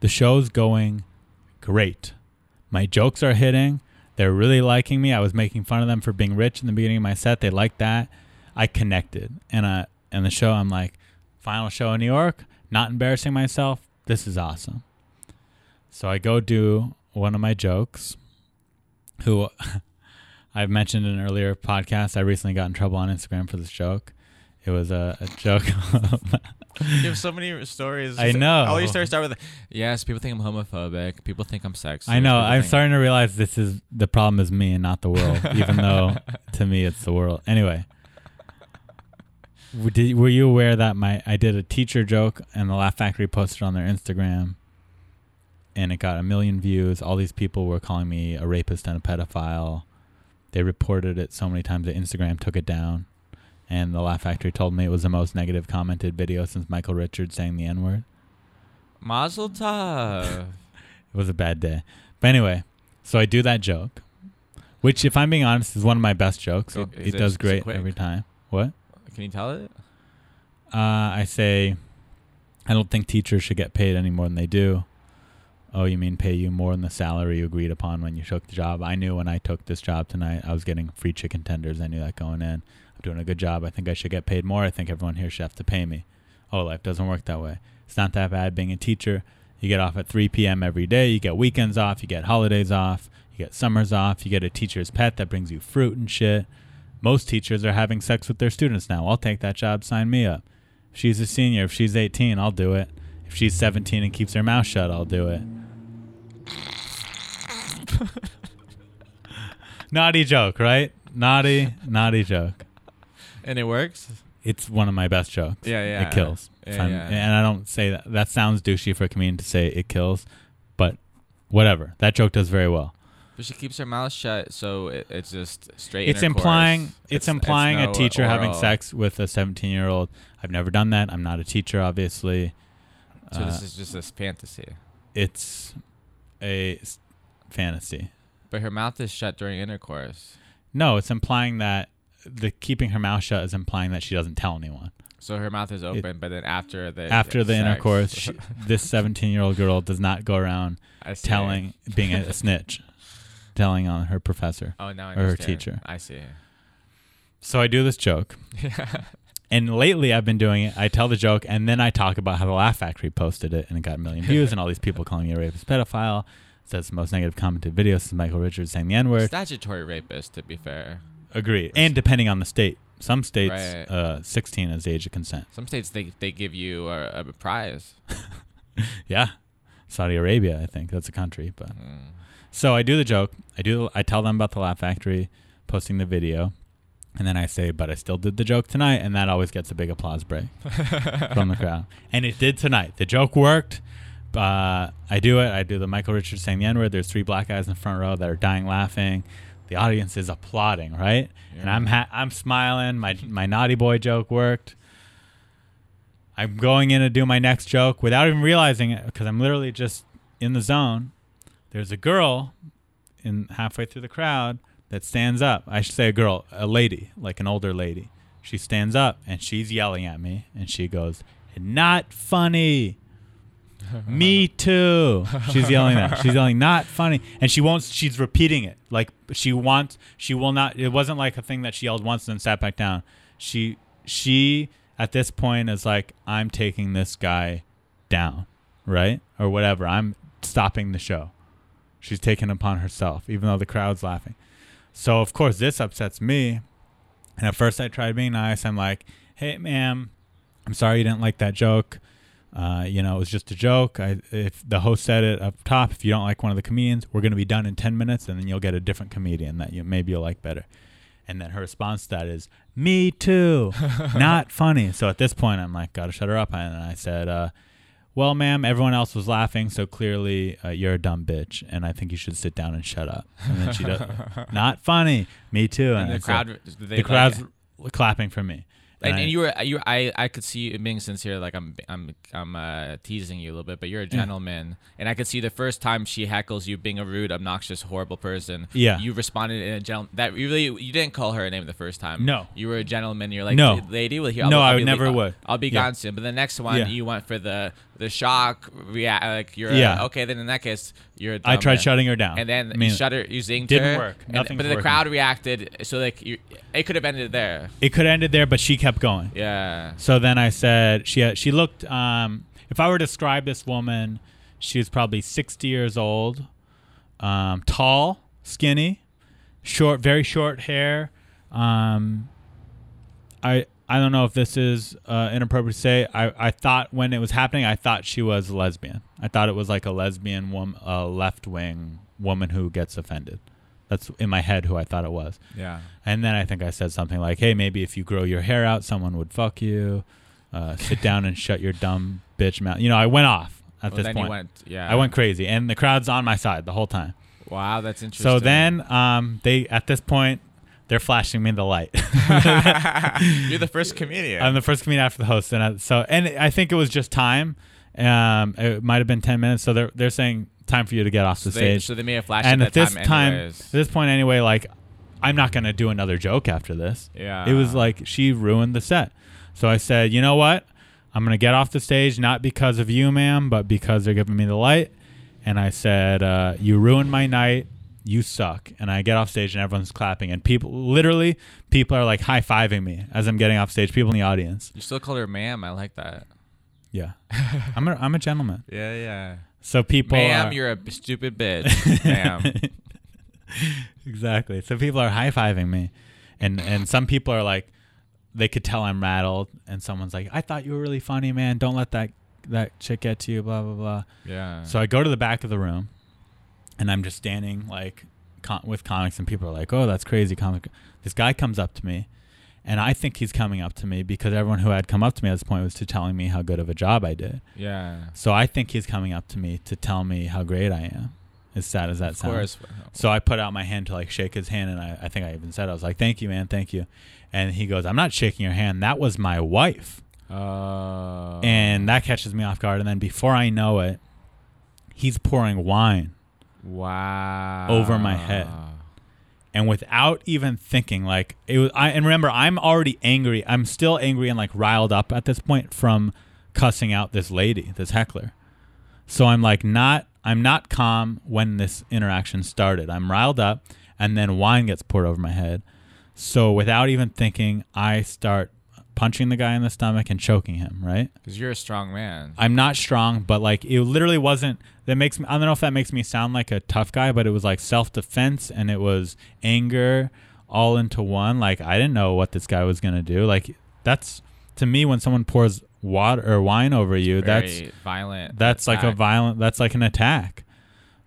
S6: The show's going great. My jokes are hitting. They're really liking me. I was making fun of them for being rich in the beginning of my set. They liked that. I connected. And I and the show I'm like, final show in New York, not embarrassing myself. This is awesome. So I go do one of my jokes who *laughs* I've mentioned in an earlier podcast. I recently got in trouble on Instagram for this joke. It was a, a joke.
S7: *laughs*
S6: *laughs*
S7: You have so many stories.
S6: I know.
S7: All your stories start with, yes, people think I'm homophobic. People think I'm sexist.
S6: I know.
S7: people
S6: I'm
S7: think-
S6: starting to realize this is the problem is me and not the world, even though to me it's the world. Anyway, w- did, were you aware that my I did a teacher joke and the Laugh Factory posted on their Instagram, and it got a million views. All these people were calling me a rapist and a pedophile. They reported it so many times that Instagram took it down, and the Laugh Factory told me it was the most negative commented video since Michael Richards saying the N word.
S7: Mazel tov.
S6: It was a bad day. But anyway, so I do that joke, which, if I'm being honest, is one of my best jokes.
S7: Go-
S6: It,
S7: Oh, is
S6: it
S7: it- is
S6: does
S7: it
S6: great
S7: quick?
S6: every time. What?
S7: *laughs* Can you tell it?
S6: Uh, I say, I don't think teachers should get paid any more than they do. Oh, you mean pay you more than the salary you agreed upon when you took the job? I knew when I took this job tonight, I was getting free chicken tenders. I knew that going in. I'm doing a good job. I think I should get paid more. I think everyone here should have to pay me. Oh, life doesn't work that way. It's not that bad being a teacher. You get off at 3 p.m. every day. You get weekends off. You get holidays off. You get summers off. You get a teacher's pet that brings you fruit and shit. Most teachers are having sex with their students now. I'll take that job. Sign me up. If she's a senior, if she's 18, I'll do it. If she's 17 and keeps her mouth shut, I'll do
S7: *laughs*
S6: it. naughty joke, right?
S7: *laughs*
S6: Naughty, naughty joke.
S7: And it works?
S6: It's one of my best jokes.
S7: Yeah, yeah.
S6: It kills. If
S7: Yeah,
S6: I'm-
S7: yeah.
S6: And I don't say that. That sounds douchey for a comedian to say it kills, but whatever. That joke does very well.
S7: But But she keeps her mouth shut, so it, it's just straight.
S6: It's
S7: intercourse.
S6: implying it's, implying
S7: no
S6: a teacher having
S7: oral.
S6: sex with a 17 year old. I've never done that. I'm not a teacher, obviously.
S7: So
S6: Uh,
S7: this is just this fantasy.
S6: It's a s- fantasy.
S7: But her mouth is shut during intercourse,
S6: No, it's implying that the keeping her mouth shut is implying that she doesn't tell anyone.
S7: so her mouth is open. but then after the
S6: After the
S7: sex- *laughs*
S6: intercourse, she, this 17 year old girl does not go around
S7: I see.
S6: telling, being a, snitch, telling on her professor.
S7: Oh, now I
S6: or her
S7: understand.
S6: teacher.
S7: I see.
S6: So I do this joke. And lately I've been doing it. I tell the joke and then I talk about how the Laugh Factory posted it and it got a million views and all these people calling me a rapist pedophile. Says the most negative commented video. Says Michael Richards saying the N word.
S7: Statutory rapist, to be fair.
S6: Agreed. And depending on the state, some states
S7: Right.
S6: uh, 16 is the age of consent.
S7: Some states they they give you a, a prize.
S6: Yeah. Saudi Arabia, I think that's a country, but so I do the joke. I do. I tell them about the Laugh Factory posting the video, and then I say, "But I still did the joke tonight," and that always gets a big applause break from the crowd. And it did tonight. The joke worked. Uh, I do it. I do the Michael Richards saying the N word. There's three black guys in the front row that are dying laughing. The audience is applauding, right? And I'm ha- I'm smiling. My my naughty boy joke worked. I'm going in to do my next joke without even realizing it because I'm literally just in the zone. There's a girl in halfway through the crowd that stands up. I should say a girl, a lady, like an older lady. She stands up and she's yelling at me and she goes, "Not funny." me too. She's yelling that. She's yelling not funny and she won't she's repeating it. Like she wants she will not it wasn't like a thing that she yelled once and then sat back down. She she at this point is like I'm taking this guy down, right? Or whatever. I'm stopping the show. She's taken upon herself even though the crowd's laughing. So of course this upsets me. And at first I tried being nice. I'm like, "Hey, ma'am, I'm sorry you didn't like that joke. Uh, you know, it was just a joke. I, if the host said it up top, if you don't like one of the comedians, we're going to be done in 10 minutes and then you'll get a different comedian that you maybe you'll like better. And then her response to that is, me too.
S7: *laughs*
S6: Not funny. So at this point, I'm like, got to shut her up. And I said, uh, well, ma'am, everyone else was laughing, so clearly uh, you're a dumb bitch, and I think you should sit down and shut up. And then
S7: *laughs*
S6: she does, not funny. Me too.
S7: And the
S6: it's like-
S7: crowd, they,
S6: the
S7: like-
S6: crowd's clapping for me.
S7: And,
S6: I-
S7: and you were uh, you were- I I could see you being sincere like I'm I'm I'm uh, teasing you a little bit but
S6: Mm.
S7: you're a gentleman and I could see the first time she heckles you being a rude obnoxious horrible person
S6: Yeah.
S7: you responded in a gentle that you really you didn't call her a name the first time
S6: No.
S7: you were a gentleman you're like
S6: No.
S7: lady will here I'll,
S6: No,
S7: I'll
S6: I
S7: be
S6: never
S7: I'll,
S6: would.
S7: I'll be
S6: Yeah.
S7: gone soon but the next one
S6: Yeah.
S7: you went for the the shock react like you're
S6: Yeah.
S7: yeah. okay then in that case you're a
S6: I tried
S7: dumbass.
S6: shutting her down.
S7: and then
S6: I mean,
S7: you shut her you zinged
S6: didn't
S7: her,
S6: work.
S7: and-
S6: Nothing's
S7: but the
S6: working.
S7: crowd reacted so like you it could have ended there
S6: It could have ended there, but she kept going.
S7: yeah
S6: So then I said she had, she looked. Um, if I were to describe this woman, she was probably sixty years old, um, tall, skinny, short, very short hair. Um, I I don't know if this is uh, inappropriate to say. I, I thought when it was happening, I thought she was a lesbian. I thought it was like a lesbian woman, a left wing woman who gets offended. That's in my head who I thought it was.
S7: yeah
S6: And then I think I said something like, "Hey, maybe if you grow your hair out, someone would fuck you. Uh, sit down and shut your dumb bitch mouth." You know, I went off at
S7: Well,
S6: this
S7: then
S6: point.
S7: You went, yeah.
S6: I went crazy, and the crowd's on my side the whole time.
S7: Wow, that's interesting.
S6: So then, um, they at this point, they're flashing me the
S7: *laughs*
S6: light.
S7: you're the first comedian.
S6: I'm the first comedian after the host, and I, so and I think it was just time. Um, it might have been ten minutes. So they're they're saying time for you to get off the
S7: they,
S6: stage.
S7: so they may have flashed
S6: and
S7: at,
S6: at
S7: that
S6: this time,
S7: anyways.
S6: at this point anyway, like I'm not gonna do another joke after this.
S7: Yeah.
S6: it was like she ruined the set. So I said, you know what? I'm gonna get off the stage not because of you, ma'am, but because they're giving me the light. And I said, uh, you ruined my night. You suck. And I get off stage and everyone's clapping and people literally people are like high fiving me as I'm getting off stage. People in the audience.
S7: you still called her ma'am. I like that.
S6: Yeah, *laughs* I'm a I'm a gentleman.
S7: Yeah, yeah.
S6: So people
S7: Ma'am,
S6: are,
S7: you're a b- stupid *laughs* bitch. ma'am.
S6: *laughs* exactly. So people are high fiving me, and and some people are like, they could tell I'm rattled, and someone's like, I thought you were really funny, man. Don't let that that chick get to you. Blah blah blah.
S7: Yeah.
S6: So I go to the back of the room, and I'm just standing like con- with comics, and people are like, "Oh, that's crazy." Comic. This guy comes up to me, and I think he's coming up to me because everyone who had come up to me at this point was to telling me how good of a job I did.
S7: yeah.
S6: So I think he's coming up to me to tell me how great I am. As sad as that
S7: Of
S6: sounds.
S7: course.
S6: So I put out my hand to like shake his hand, and I, I think I even said I was like, "Thank you, man, thank you," and he goes, "I'm not shaking your hand. That was my wife."
S7: Uh,
S6: and that catches me off guard. And then before I know it, he's pouring wine,
S7: wow.
S6: over my head. and without even thinking, like it was. I and remember, I'm already angry. I'm still angry and like riled up at this point from cussing out this lady, this heckler. So I'm like not. I'm not calm when this interaction started. I'm riled up, and then wine gets poured over my head. So without even thinking, I start punching the guy in the stomach and choking him. Right.
S7: Because you're a strong man.
S6: I'm not strong, but like it literally wasn't. That makes me. I don't know if that makes me sound like a tough guy, but it was like self defense and it was anger all into one. Like I didn't know what this guy was gonna do. Like that's to me when someone pours water or wine over you, that's
S7: Very violent.
S6: that's like a
S7: attack.
S6: violent. That's like an attack.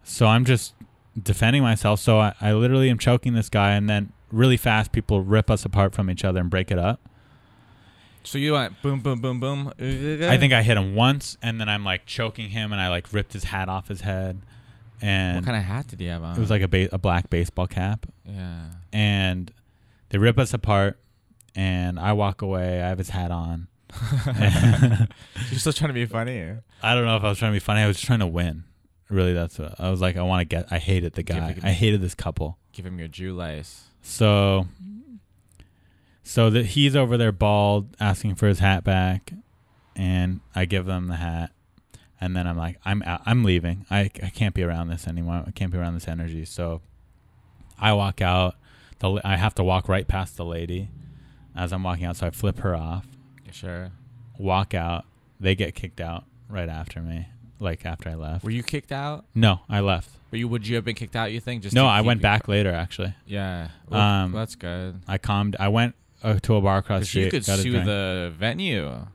S6: So I'm just defending myself. So I, I literally am choking this guy, and then really fast people rip us apart from each other and break it up.
S7: So you went boom, boom, boom, boom.
S6: I
S7: I
S6: think I hit him once, and then I'm like choking him, and I like ripped his hat off his head, and
S7: What kind of hat did he have on?
S6: it was like a ba- a black baseball cap,
S7: Yeah.
S6: and they rip us apart, and I walk away. I have his hat on. *laughs*
S7: You're still trying to be funny.
S6: I don't know if I was trying to be funny. I was just trying to win. Really, that's what I was like. I want to get. I hated the
S7: Give
S6: guy.
S7: it-
S6: I hated this couple.
S7: Give him your Jew lice.
S6: So, so that he's over there bald, asking for his hat back, and I give them the hat, and then I'm like, I'm out, I'm leaving. I I can't be around this anymore. I can't be around this energy. So, I walk out. The la- I have to walk right past the lady as I'm walking out. So I flip her off,
S7: You sure?
S6: walk out. They get kicked out right after me. Like after I left.
S7: Were you kicked out?
S6: No, I left.
S7: Were you? Would you have been kicked out? You think? Just
S6: No,
S7: to
S6: I
S7: keep
S6: went
S7: you-
S6: back later. Actually,
S7: Yeah.
S6: Um,
S7: well, that's good.
S6: I calmed. I went uh, to a bar across the
S7: 'Cause
S6: street.
S7: you could
S6: got a
S7: sue
S6: drink.
S7: the venue.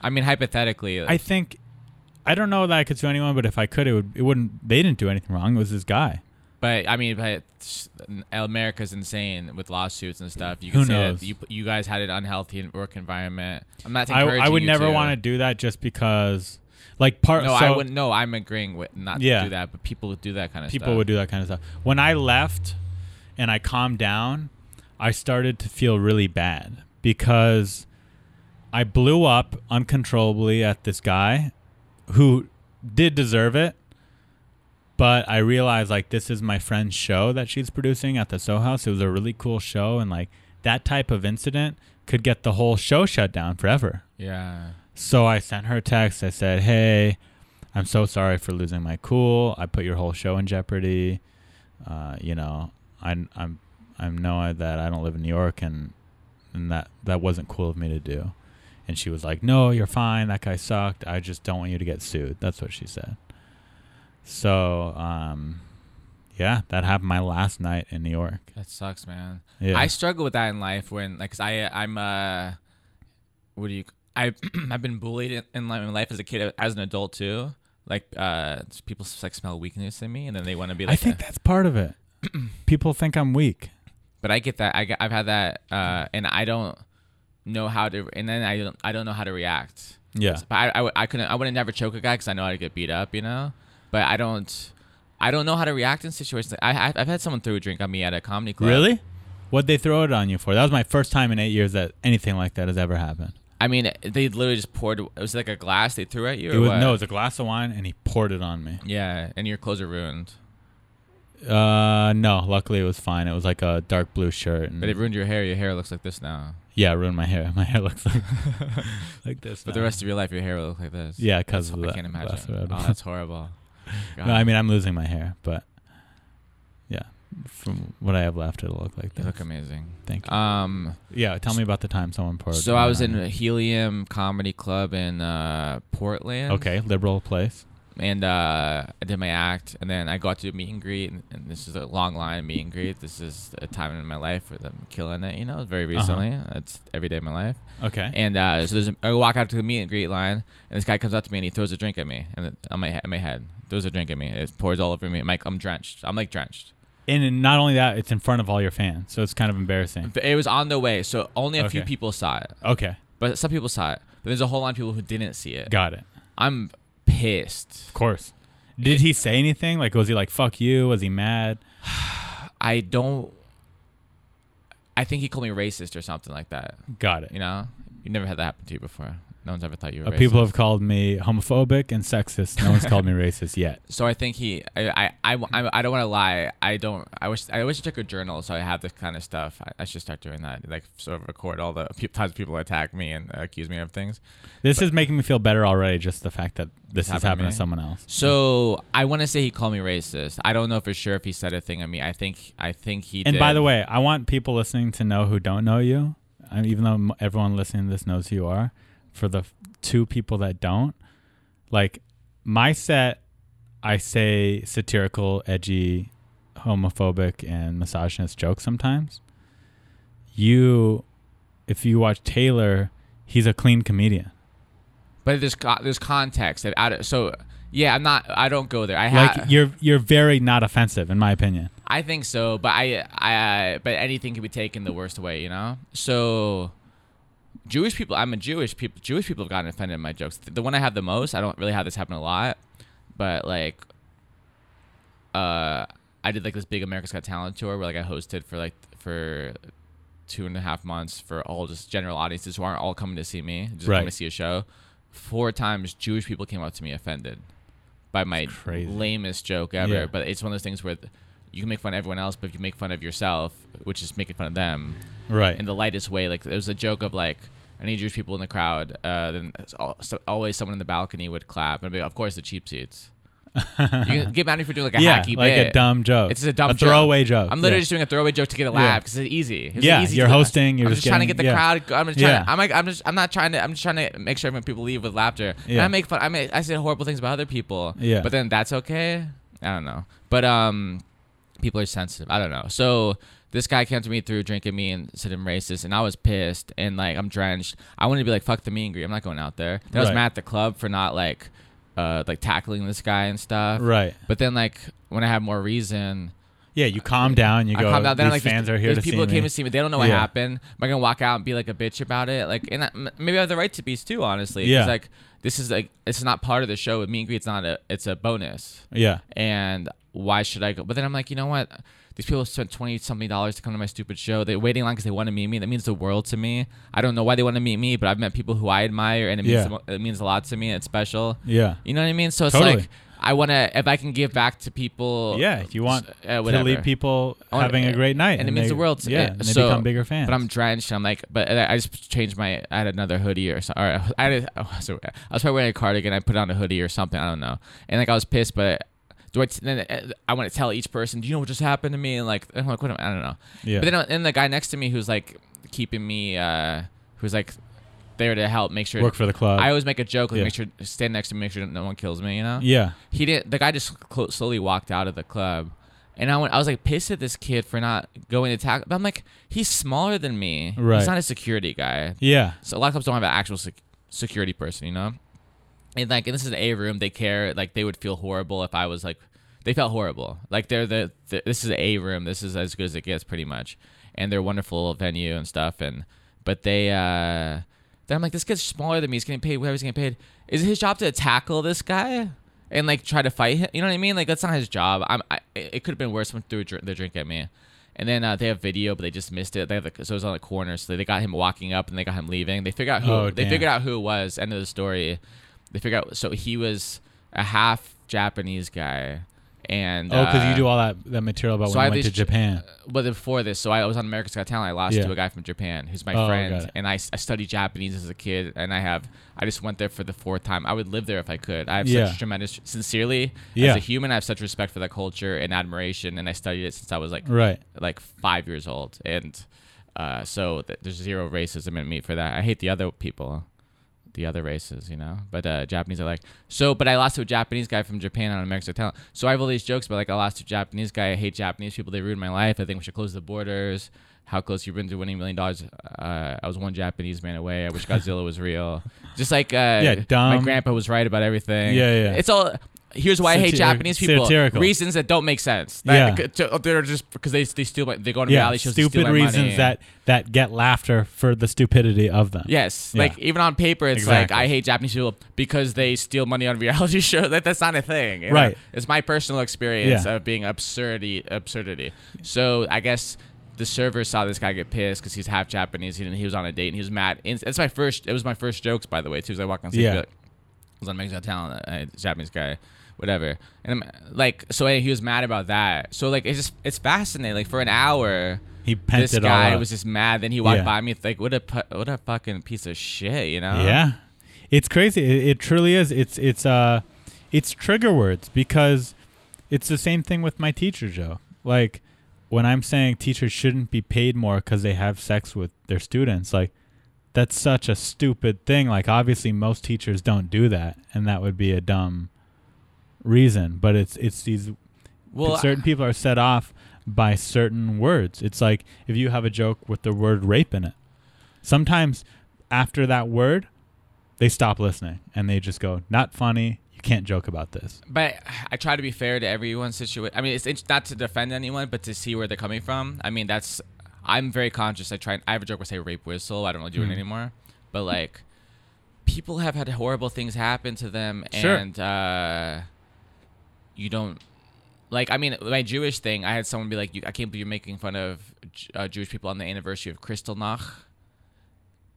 S7: I mean, hypothetically,
S6: I think I don't know that I could sue anyone, but if I could, it would it wouldn't. They didn't do anything wrong. It was this guy.
S7: but I mean, but s- America's insane with lawsuits and stuff. You
S6: Who
S7: can say
S6: knows?
S7: that you, you guys had an unhealthy work environment. I'm not.
S6: I,
S7: encouraging
S6: I would
S7: you
S6: never
S7: to.
S6: want to do that just because, like, part.
S7: No,
S6: so
S7: I wouldn't. No, I'm agreeing with not
S6: Yeah.
S7: to do that, but people would do that kind of
S6: People
S7: stuff.
S6: would do that kind of stuff. When I left, and I calmed down, I started to feel really bad because I blew up uncontrollably at this guy, who did deserve it. but I realized like this is my friend's show that she's producing at the Soho House. It was a really cool show, and like that type of incident could get the whole show shut down forever.
S7: Yeah.
S6: So I sent her a text. I said, "Hey, I'm so sorry for losing my cool. I put your whole show in jeopardy. Uh, you know, I, I'm I know that I don't live in New York, and and that that wasn't cool of me to do." And she was like, "No, you're fine. That guy sucked. I just don't want you to get sued." That's what she said. So, um, yeah, that happened my last night in New York.
S7: That sucks, man.
S6: Yeah.
S7: I struggle with that in life when, like, 'cause I I'm uh, what do you? I *clears throat* I've been bullied in, in life in life as a kid, as an adult too. Like, uh, people like smell weakness in me, and then they want to be like.
S6: I think
S7: uh,
S6: that's part of it. *clears throat* People think I'm weak.
S7: but I get that. I have had that, uh, and I don't know how to. And then I don't I don't know how to react.
S6: Yeah.
S7: But I, I, would- I couldn't I wouldn't never choke a guy because I know how to get beat up, you know. But I don't I don't know how to react in situations. I I- I've had someone throw a drink on me at a comedy club.
S6: Really? What'd they throw it on you for? That was my first time in eight years that anything like that has ever happened.
S7: I mean, they literally just poured. It was like a glass they threw at you.
S6: It
S7: or
S6: was
S7: what?
S6: no, it was a glass of wine, and he poured it on me.
S7: Yeah, and your clothes are ruined.
S6: Uh, no, luckily it was fine. It was like a dark blue shirt, and
S7: But it ruined your hair. Your hair looks like this
S6: *laughs*
S7: now.
S6: yeah, it ruined my hair. My hair looks like, like this.
S7: But
S6: now.
S7: the rest of your life, your hair will look like this.
S6: yeah, because
S7: I
S6: of that.
S7: can't
S6: glass
S7: imagine.
S6: of
S7: Oh,
S6: red.
S7: that's horrible.
S6: *laughs*
S7: God.
S6: no, I mean I'm losing my hair, but yeah, from what I have left, it'll look like
S7: you
S6: *laughs* this.
S7: look amazing.
S6: Thank you.
S7: Um,
S6: yeah, tell me about the time someone poured.
S7: so I
S6: wine
S7: was
S6: on
S7: in
S6: you.
S7: a Helium Comedy Club in uh, Portland.
S6: okay, liberal place.
S7: and uh, I did my act, and then I got to meet and greet, and, and this is a long line meet and greet. This is a time in my life where I'm killing it, you know, very
S6: Uh-huh.
S7: recently. It's every day of my life.
S6: Okay,
S7: And uh, so there's a, I walk out to the meet and greet line, and this guy comes up to me and he throws a drink at me, and it, on my he- on my head, throws a drink at me. It pours all over me. Mike, I'm drenched. I'm like drenched.
S6: and, and not only that, it's in front of all your fans, so it's kind of embarrassing.
S7: But it was on the way, so only a few
S6: Okay.
S7: people saw it,
S6: Okay,
S7: but some people saw it. But there's a whole lot of people who didn't see it.
S6: got it.
S7: I'm pissed.
S6: Of course. Did he say anything? Like, was he like "fuck you"? Was he mad?
S7: I don't. I think he called me racist or something like that.
S6: Got it.
S7: You know, you never had that happen to you before. No one's ever thought you were.
S6: Uh,
S7: racist.
S6: people have called me homophobic and sexist. No one's
S7: *laughs*
S6: called me racist yet.
S7: So I think he. I. I. I, I- I don't want to lie. I don't. I wish. I wish I took a journal so I have this kind of stuff. I, I should start doing that. Like sort of record all the pe- times people attack me and uh, accuse me of things.
S6: This is making me feel better already. Just the fact that this has
S7: happened to
S6: happened to
S7: me.
S6: someone else.
S7: So I want to say he called me racist. I don't know for sure if he said a thing on me. I think. I think he.
S6: And by
S7: did.
S6: the way, I want people listening to know who don't know you. I mean, even though m- everyone listening to this knows who you are, for the f- two people that don't, like my set, I say satirical, edgy, homophobic, and misogynist jokes sometimes. You, if you watch Taylor, he's a clean comedian.
S7: But there's co- there's context. That out of, so yeah, I'm not. I don't go there. I
S6: Like
S7: have.
S6: you're you're very not offensive, in my opinion.
S7: I think so, but I, I, but anything can be taken the worst way, you know. So, Jewish people, I'm a Jewish people. Jewish people have gotten offended at my jokes. The one I have the most, I don't really have this happen a lot, but like, uh, I did like this big America's Got Talent tour where like I hosted for like for two and a half months for all just general audiences who aren't all coming to see me, just
S6: Right.
S7: coming to see a show. Four times Jewish people came up to me offended by my
S6: crazy.
S7: lamest joke ever.
S6: Yeah.
S7: But it's one of those things where th- you can make fun of everyone else, but if you make fun of yourself, which is making fun of them
S6: Right.
S7: in the lightest way, like there was a joke of like any Jewish people in the crowd, uh, then it's al- so always someone in the balcony would clap and be, of course, the cheap seats. *laughs* you can get mad if you're doing like a
S6: yeah,
S7: hacky
S6: like
S7: bit.
S6: a dumb joke.
S7: It's just a dumb joke.
S6: throwaway joke.
S7: I'm literally
S6: Yeah.
S7: just doing a throwaway joke to get a laugh because it's easy. It's
S6: Yeah,
S7: easy
S6: you're
S7: to laugh.
S6: hosting, you're
S7: I'm
S6: just
S7: just, trying to
S6: getting-
S7: get the
S6: yeah.
S7: crowd. go- I'm just trying.
S6: Yeah.
S7: To, I'm like, I'm just. I'm not trying to. I'm just trying to make sure when people leave with laughter. And
S6: Yeah.
S7: I make fun. I make. I say horrible things about other people.
S6: Yeah.
S7: But then that's okay. I don't know. But um, people are sensitive. I don't know. So this guy came to me through drinking me and said I'm racist, and I was pissed and like I'm drenched. I wanted to be like fuck the mean green. I'm not going out there. Then I was
S6: Right.
S7: mad at the club for not like, uh, like tackling this guy and stuff.
S6: right.
S7: But then like when I had more reason.
S6: Yeah, you calm down. You
S7: I
S6: go.
S7: calmed down. Then
S6: These
S7: I'm like,
S6: fans
S7: there's,
S6: are here
S7: there's
S6: to
S7: people
S6: see
S7: who came
S6: me.
S7: to see me. They don't know what
S6: Yeah.
S7: happened. Am I gonna walk out and be like a bitch about it? Like, and I, m- maybe I have the right to be too. Honestly, 'cause,
S6: Yeah.
S7: Like, this is like it's not part of the show. With me and greet, it's not a. It's a bonus.
S6: Yeah,
S7: And why should I go? But then I'm like, you know what? These people spent twenty something dollars to come to my stupid show. They're waiting in line because they want to meet me. That means the world to me. I don't know why they want to meet me, but I've met people who I admire, and it means
S6: Yeah.
S7: the mo- it means a lot to me. And it's special.
S6: yeah,
S7: You know what I mean? So it's
S6: Totally.
S7: like I want to if I can give back to people.
S6: yeah. If you want
S7: uh,
S6: to
S7: whatever.
S6: leave people
S7: I wanna- uh,
S6: having a great night,
S7: and, it means
S6: they-
S7: the world. To,
S6: Yeah,
S7: uh,
S6: and they
S7: so-
S6: become bigger fans.
S7: But I'm drenched. I'm like, but I I just changed my. I had another hoodie or something. Or I had. A, oh, *laughs* sorry, I was probably wearing a cardigan. I put on a hoodie or something. I don't know. And like I was pissed, but. Do I, t- then uh, I want to tell each person, do you know what just happened to me? And like, I'm like, what am I? I don't know.
S6: Yeah.
S7: But then, uh, and the guy next to me who's like keeping me, uh, who's like there to help make sure
S6: work for the club.
S7: I always make a joke, like
S6: Yeah.
S7: make sure stand next to me, make sure no one kills me. You know?
S6: yeah,
S7: he didn't the guy just clo- slowly walked out of the club and I, went, I was like pissed at this kid for not going to tackle but i'm like he's smaller than me
S6: Right.
S7: he's not a security guy
S6: yeah,
S7: so a lot of clubs don't have an actual sec- security person you know and like and this is an a room they care like they would feel horrible if i was like they felt horrible like they're the, the this is a room this is as good as it gets pretty much and they're wonderful venue and stuff and but they uh then i'm like this kid's smaller than me he's getting paid whatever he's getting paid is it his job to tackle this guy and like try to fight him you know what i mean like that's not his job i'm I, it could have been worse when threw a dr- their drink at me and then uh, they have video, but they just missed it. They have the, so it was on the corner, so they got him walking up and they got him leaving. They figured out who
S6: Oh,
S7: they
S6: damn.
S7: figured out who it was. End of the story. They figured out so he was a half Japanese guy, and
S6: oh, because you
S7: uh,
S6: do all that that material about
S7: so
S6: when
S7: I
S6: I
S7: had
S6: went to
S7: these-
S6: Japan.
S7: but before this, so I was on America's Got Talent. I lost
S6: Yeah.
S7: to a guy from Japan who's my
S6: Oh, got
S7: friend,
S6: it.
S7: and I, s- I studied Japanese as a kid, and I have I just went there for the fourth time. I would live there if I could. I have
S6: Yeah.
S7: such tremendous, sincerely
S6: Yeah.
S7: as a human, I have such respect for that culture and admiration, and I studied it since I was like
S6: Right.
S7: like five years old, and uh, so th- there's zero racism in me for that. I hate the other people. The other races, you know, but uh, Japanese I like so. But I lost to a Japanese guy from Japan on America's Got Talent. So I have all these jokes about like I lost to a Japanese guy. I hate Japanese people. They ruined my life. I think we should close the borders. How close you've been to winning a million dollars? Uh, I was one Japanese man away. I wish Godzilla was real. *laughs* Just like uh,
S6: Yeah,
S7: my
S6: dumb.
S7: grandpa was right about everything.
S6: Yeah, yeah.
S7: It's all here's why I hate
S6: Satir-
S7: Japanese people.
S6: satirical.
S7: Reasons that don't make sense. That,
S6: Yeah.
S7: to- They're just because they, they steal my, they go on
S6: yeah,
S7: reality shows. to steal
S6: stupid
S7: my
S6: reasons
S7: money.
S6: that that get laughter for the stupidity of them.
S7: Yes,
S6: Yeah.
S7: like even on paper, it's
S6: Exactly.
S7: like I hate Japanese people because they steal money on *laughs* reality shows. That that's not a thing, you know?
S6: Right.
S7: It's my personal experience
S6: Yeah.
S7: of being absurdity, absurdity. So I guess the server saw this guy get pissed because he's half Japanese. He didn't, he was on a date and he was mad. And it's my first. It was my first jokes, by the way, too. As I walk on stage,
S6: Yeah.
S7: I'd be like, I was on Mexican Talent, a Japanese guy, whatever. And I'm, like, so he was mad about that. So like, it's just it's fascinating. Like for an hour,
S6: He pent
S7: this
S6: it all
S7: guy
S6: up.
S7: was just mad. Then he walked
S6: Yeah.
S7: by me like, what a pu- what a fucking piece of shit, you know?
S6: Yeah, it's crazy. It, it truly is. It's it's uh, it's trigger words because it's the same thing with my teacher Joe. Like when I'm saying teachers shouldn't be paid more because they have sex with their students, like that's such a stupid thing. Like obviously most teachers don't do that, and that would be a dumb reason. But it's it's these
S7: Well,
S6: certain people are set off by certain words. It's like if you have a joke with the word rape in it, sometimes after that word, they stop listening and they just go, "Not funny. You can't joke about this."
S7: but I try to be fair to everyone's situation. I mean, it's int- not to defend anyone, but to see where they're coming from. I mean, that's I'm very conscious. I try. I have a joke where I say rape whistle. I don't really do it anymore, but like people have had horrible things happen to them,
S6: Sure.
S7: and uh, you don't like i mean my jewish thing i had someone be like you, i can't believe you're making fun of J- uh, jewish people on the anniversary of kristallnacht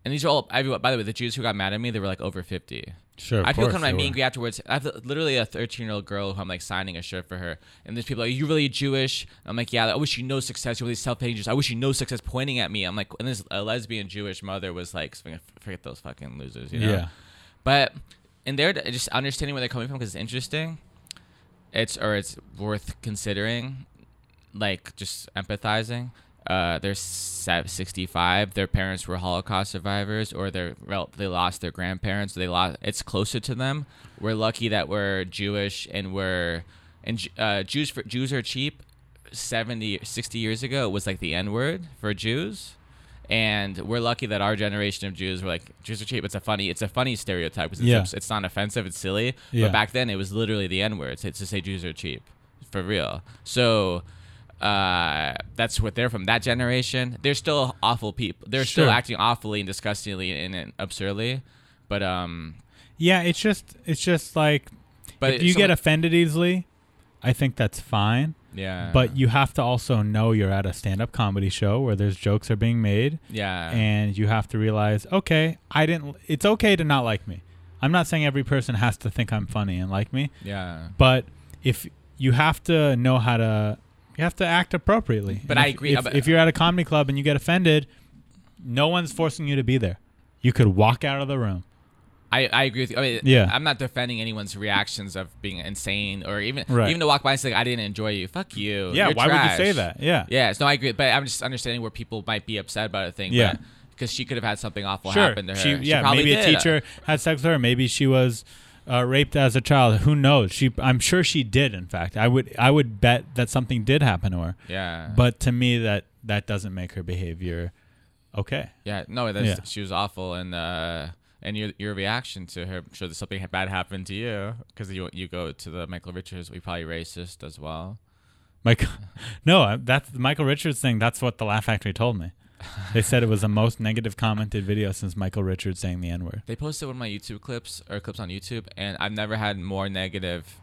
S7: and these are all everyone by the way the jews who got mad at me they were like over 50
S6: Sure, of
S7: i feel
S6: course
S7: kind of
S6: they
S7: my mean
S6: were.
S7: angry afterwards i have literally a 13 year old girl who i'm like signing a shirt for her and there's people like are you really jewish and i'm like yeah i wish you no success you're really self-hating Jews. i wish you no success pointing at me i'm like and this a lesbian jewish mother was like forget those fucking losers you know
S6: Yeah.
S7: but in there, just understanding where they're coming from because it's interesting. It's or it's worth considering, like just empathizing. Uh, they're se- 65. Their parents were Holocaust survivors, or they well, they lost their grandparents. They lost. It's closer to them. We're lucky that we're Jewish and we're and Ju- uh, Jews for Jews are cheap. 70, 60 years ago it was like the N word for Jews and we're lucky that our generation of Jews were like Jews are cheap. It's a funny, it's a funny stereotype. 'cause It's,
S6: Yeah.
S7: abs- it's not offensive. It's silly.
S6: Yeah.
S7: But back then, it was literally the N word. It's to say Jews are cheap, for real. So uh, that's what they're from. That generation, they're still awful people. They're still
S6: Sure.
S7: acting awfully and disgustingly and, and absurdly. But um,
S6: Yeah, it's just it's just like
S7: But
S6: if
S7: it-
S6: you
S7: so
S6: get
S7: it-
S6: offended easily, I think that's fine.
S7: yeah,
S6: But you have to also know you're at a stand-up comedy show where there's jokes are being made.
S7: yeah,
S6: and you have to realize, okay, I didn't. It's okay to not like me. I'm not saying every person has to think I'm funny and like me,
S7: yeah.
S6: but if you have to know how to, you have to act appropriately.
S7: But
S6: And
S7: I
S6: if-
S7: agree,
S6: If,
S7: but-
S6: if you're at a comedy club and you get offended, no one's forcing you to be there. You could walk out of the room.
S7: I, I agree with you. I mean,
S6: Yeah.
S7: I'm not defending anyone's reactions of being insane or even
S6: Right.
S7: even to walk by and say like, I didn't enjoy you. Fuck you.
S6: Yeah,
S7: You're
S6: why would you
S7: trash.
S6: say that? Yeah.
S7: Yes, no, I agree. But I'm just understanding where people might be upset about a thing.
S6: Yeah.
S7: Because she could have had something awful
S6: sure.
S7: happen to her.
S6: She, yeah,
S7: probably
S6: maybe a
S7: did.
S6: teacher had sex with her. Maybe she was uh, raped as a child. Who knows? She, I'm sure she did. In fact, I would, I would bet that something did happen to her.
S7: Yeah.
S6: But to me, that that doesn't make her behavior okay.
S7: Yeah. No, that's,
S6: Yeah.
S7: she was awful, and uh, and your your reaction to her. I'm sure that something bad happened to you because you you go to the Michael Richards. We probably racist as well.
S6: Like, *laughs* no, I- that's the Michael Richards thing. That's what the Laugh Factory told me. They said it was the most negative commented video since Michael Richards saying the N word.
S7: They posted one of my YouTube clips or clips on YouTube, and I've never had more negative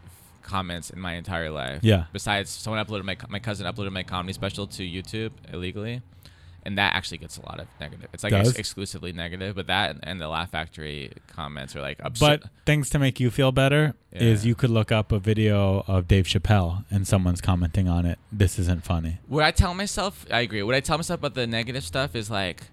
S7: comments in my entire life.
S6: Yeah.
S7: Besides, someone uploaded my co- my cousin uploaded my comedy special to YouTube illegally, and that actually gets a lot of negative. It's like
S6: Does?
S7: ex- exclusively negative, but that and the Laugh Factory comments are like
S6: But
S7: upset.
S6: things to make you feel better is
S7: Yeah.
S6: you could look up a video of Dave Chappelle and someone's commenting on it. This isn't funny.
S7: what I tell myself, I agree. What I tell myself about the negative stuff is like,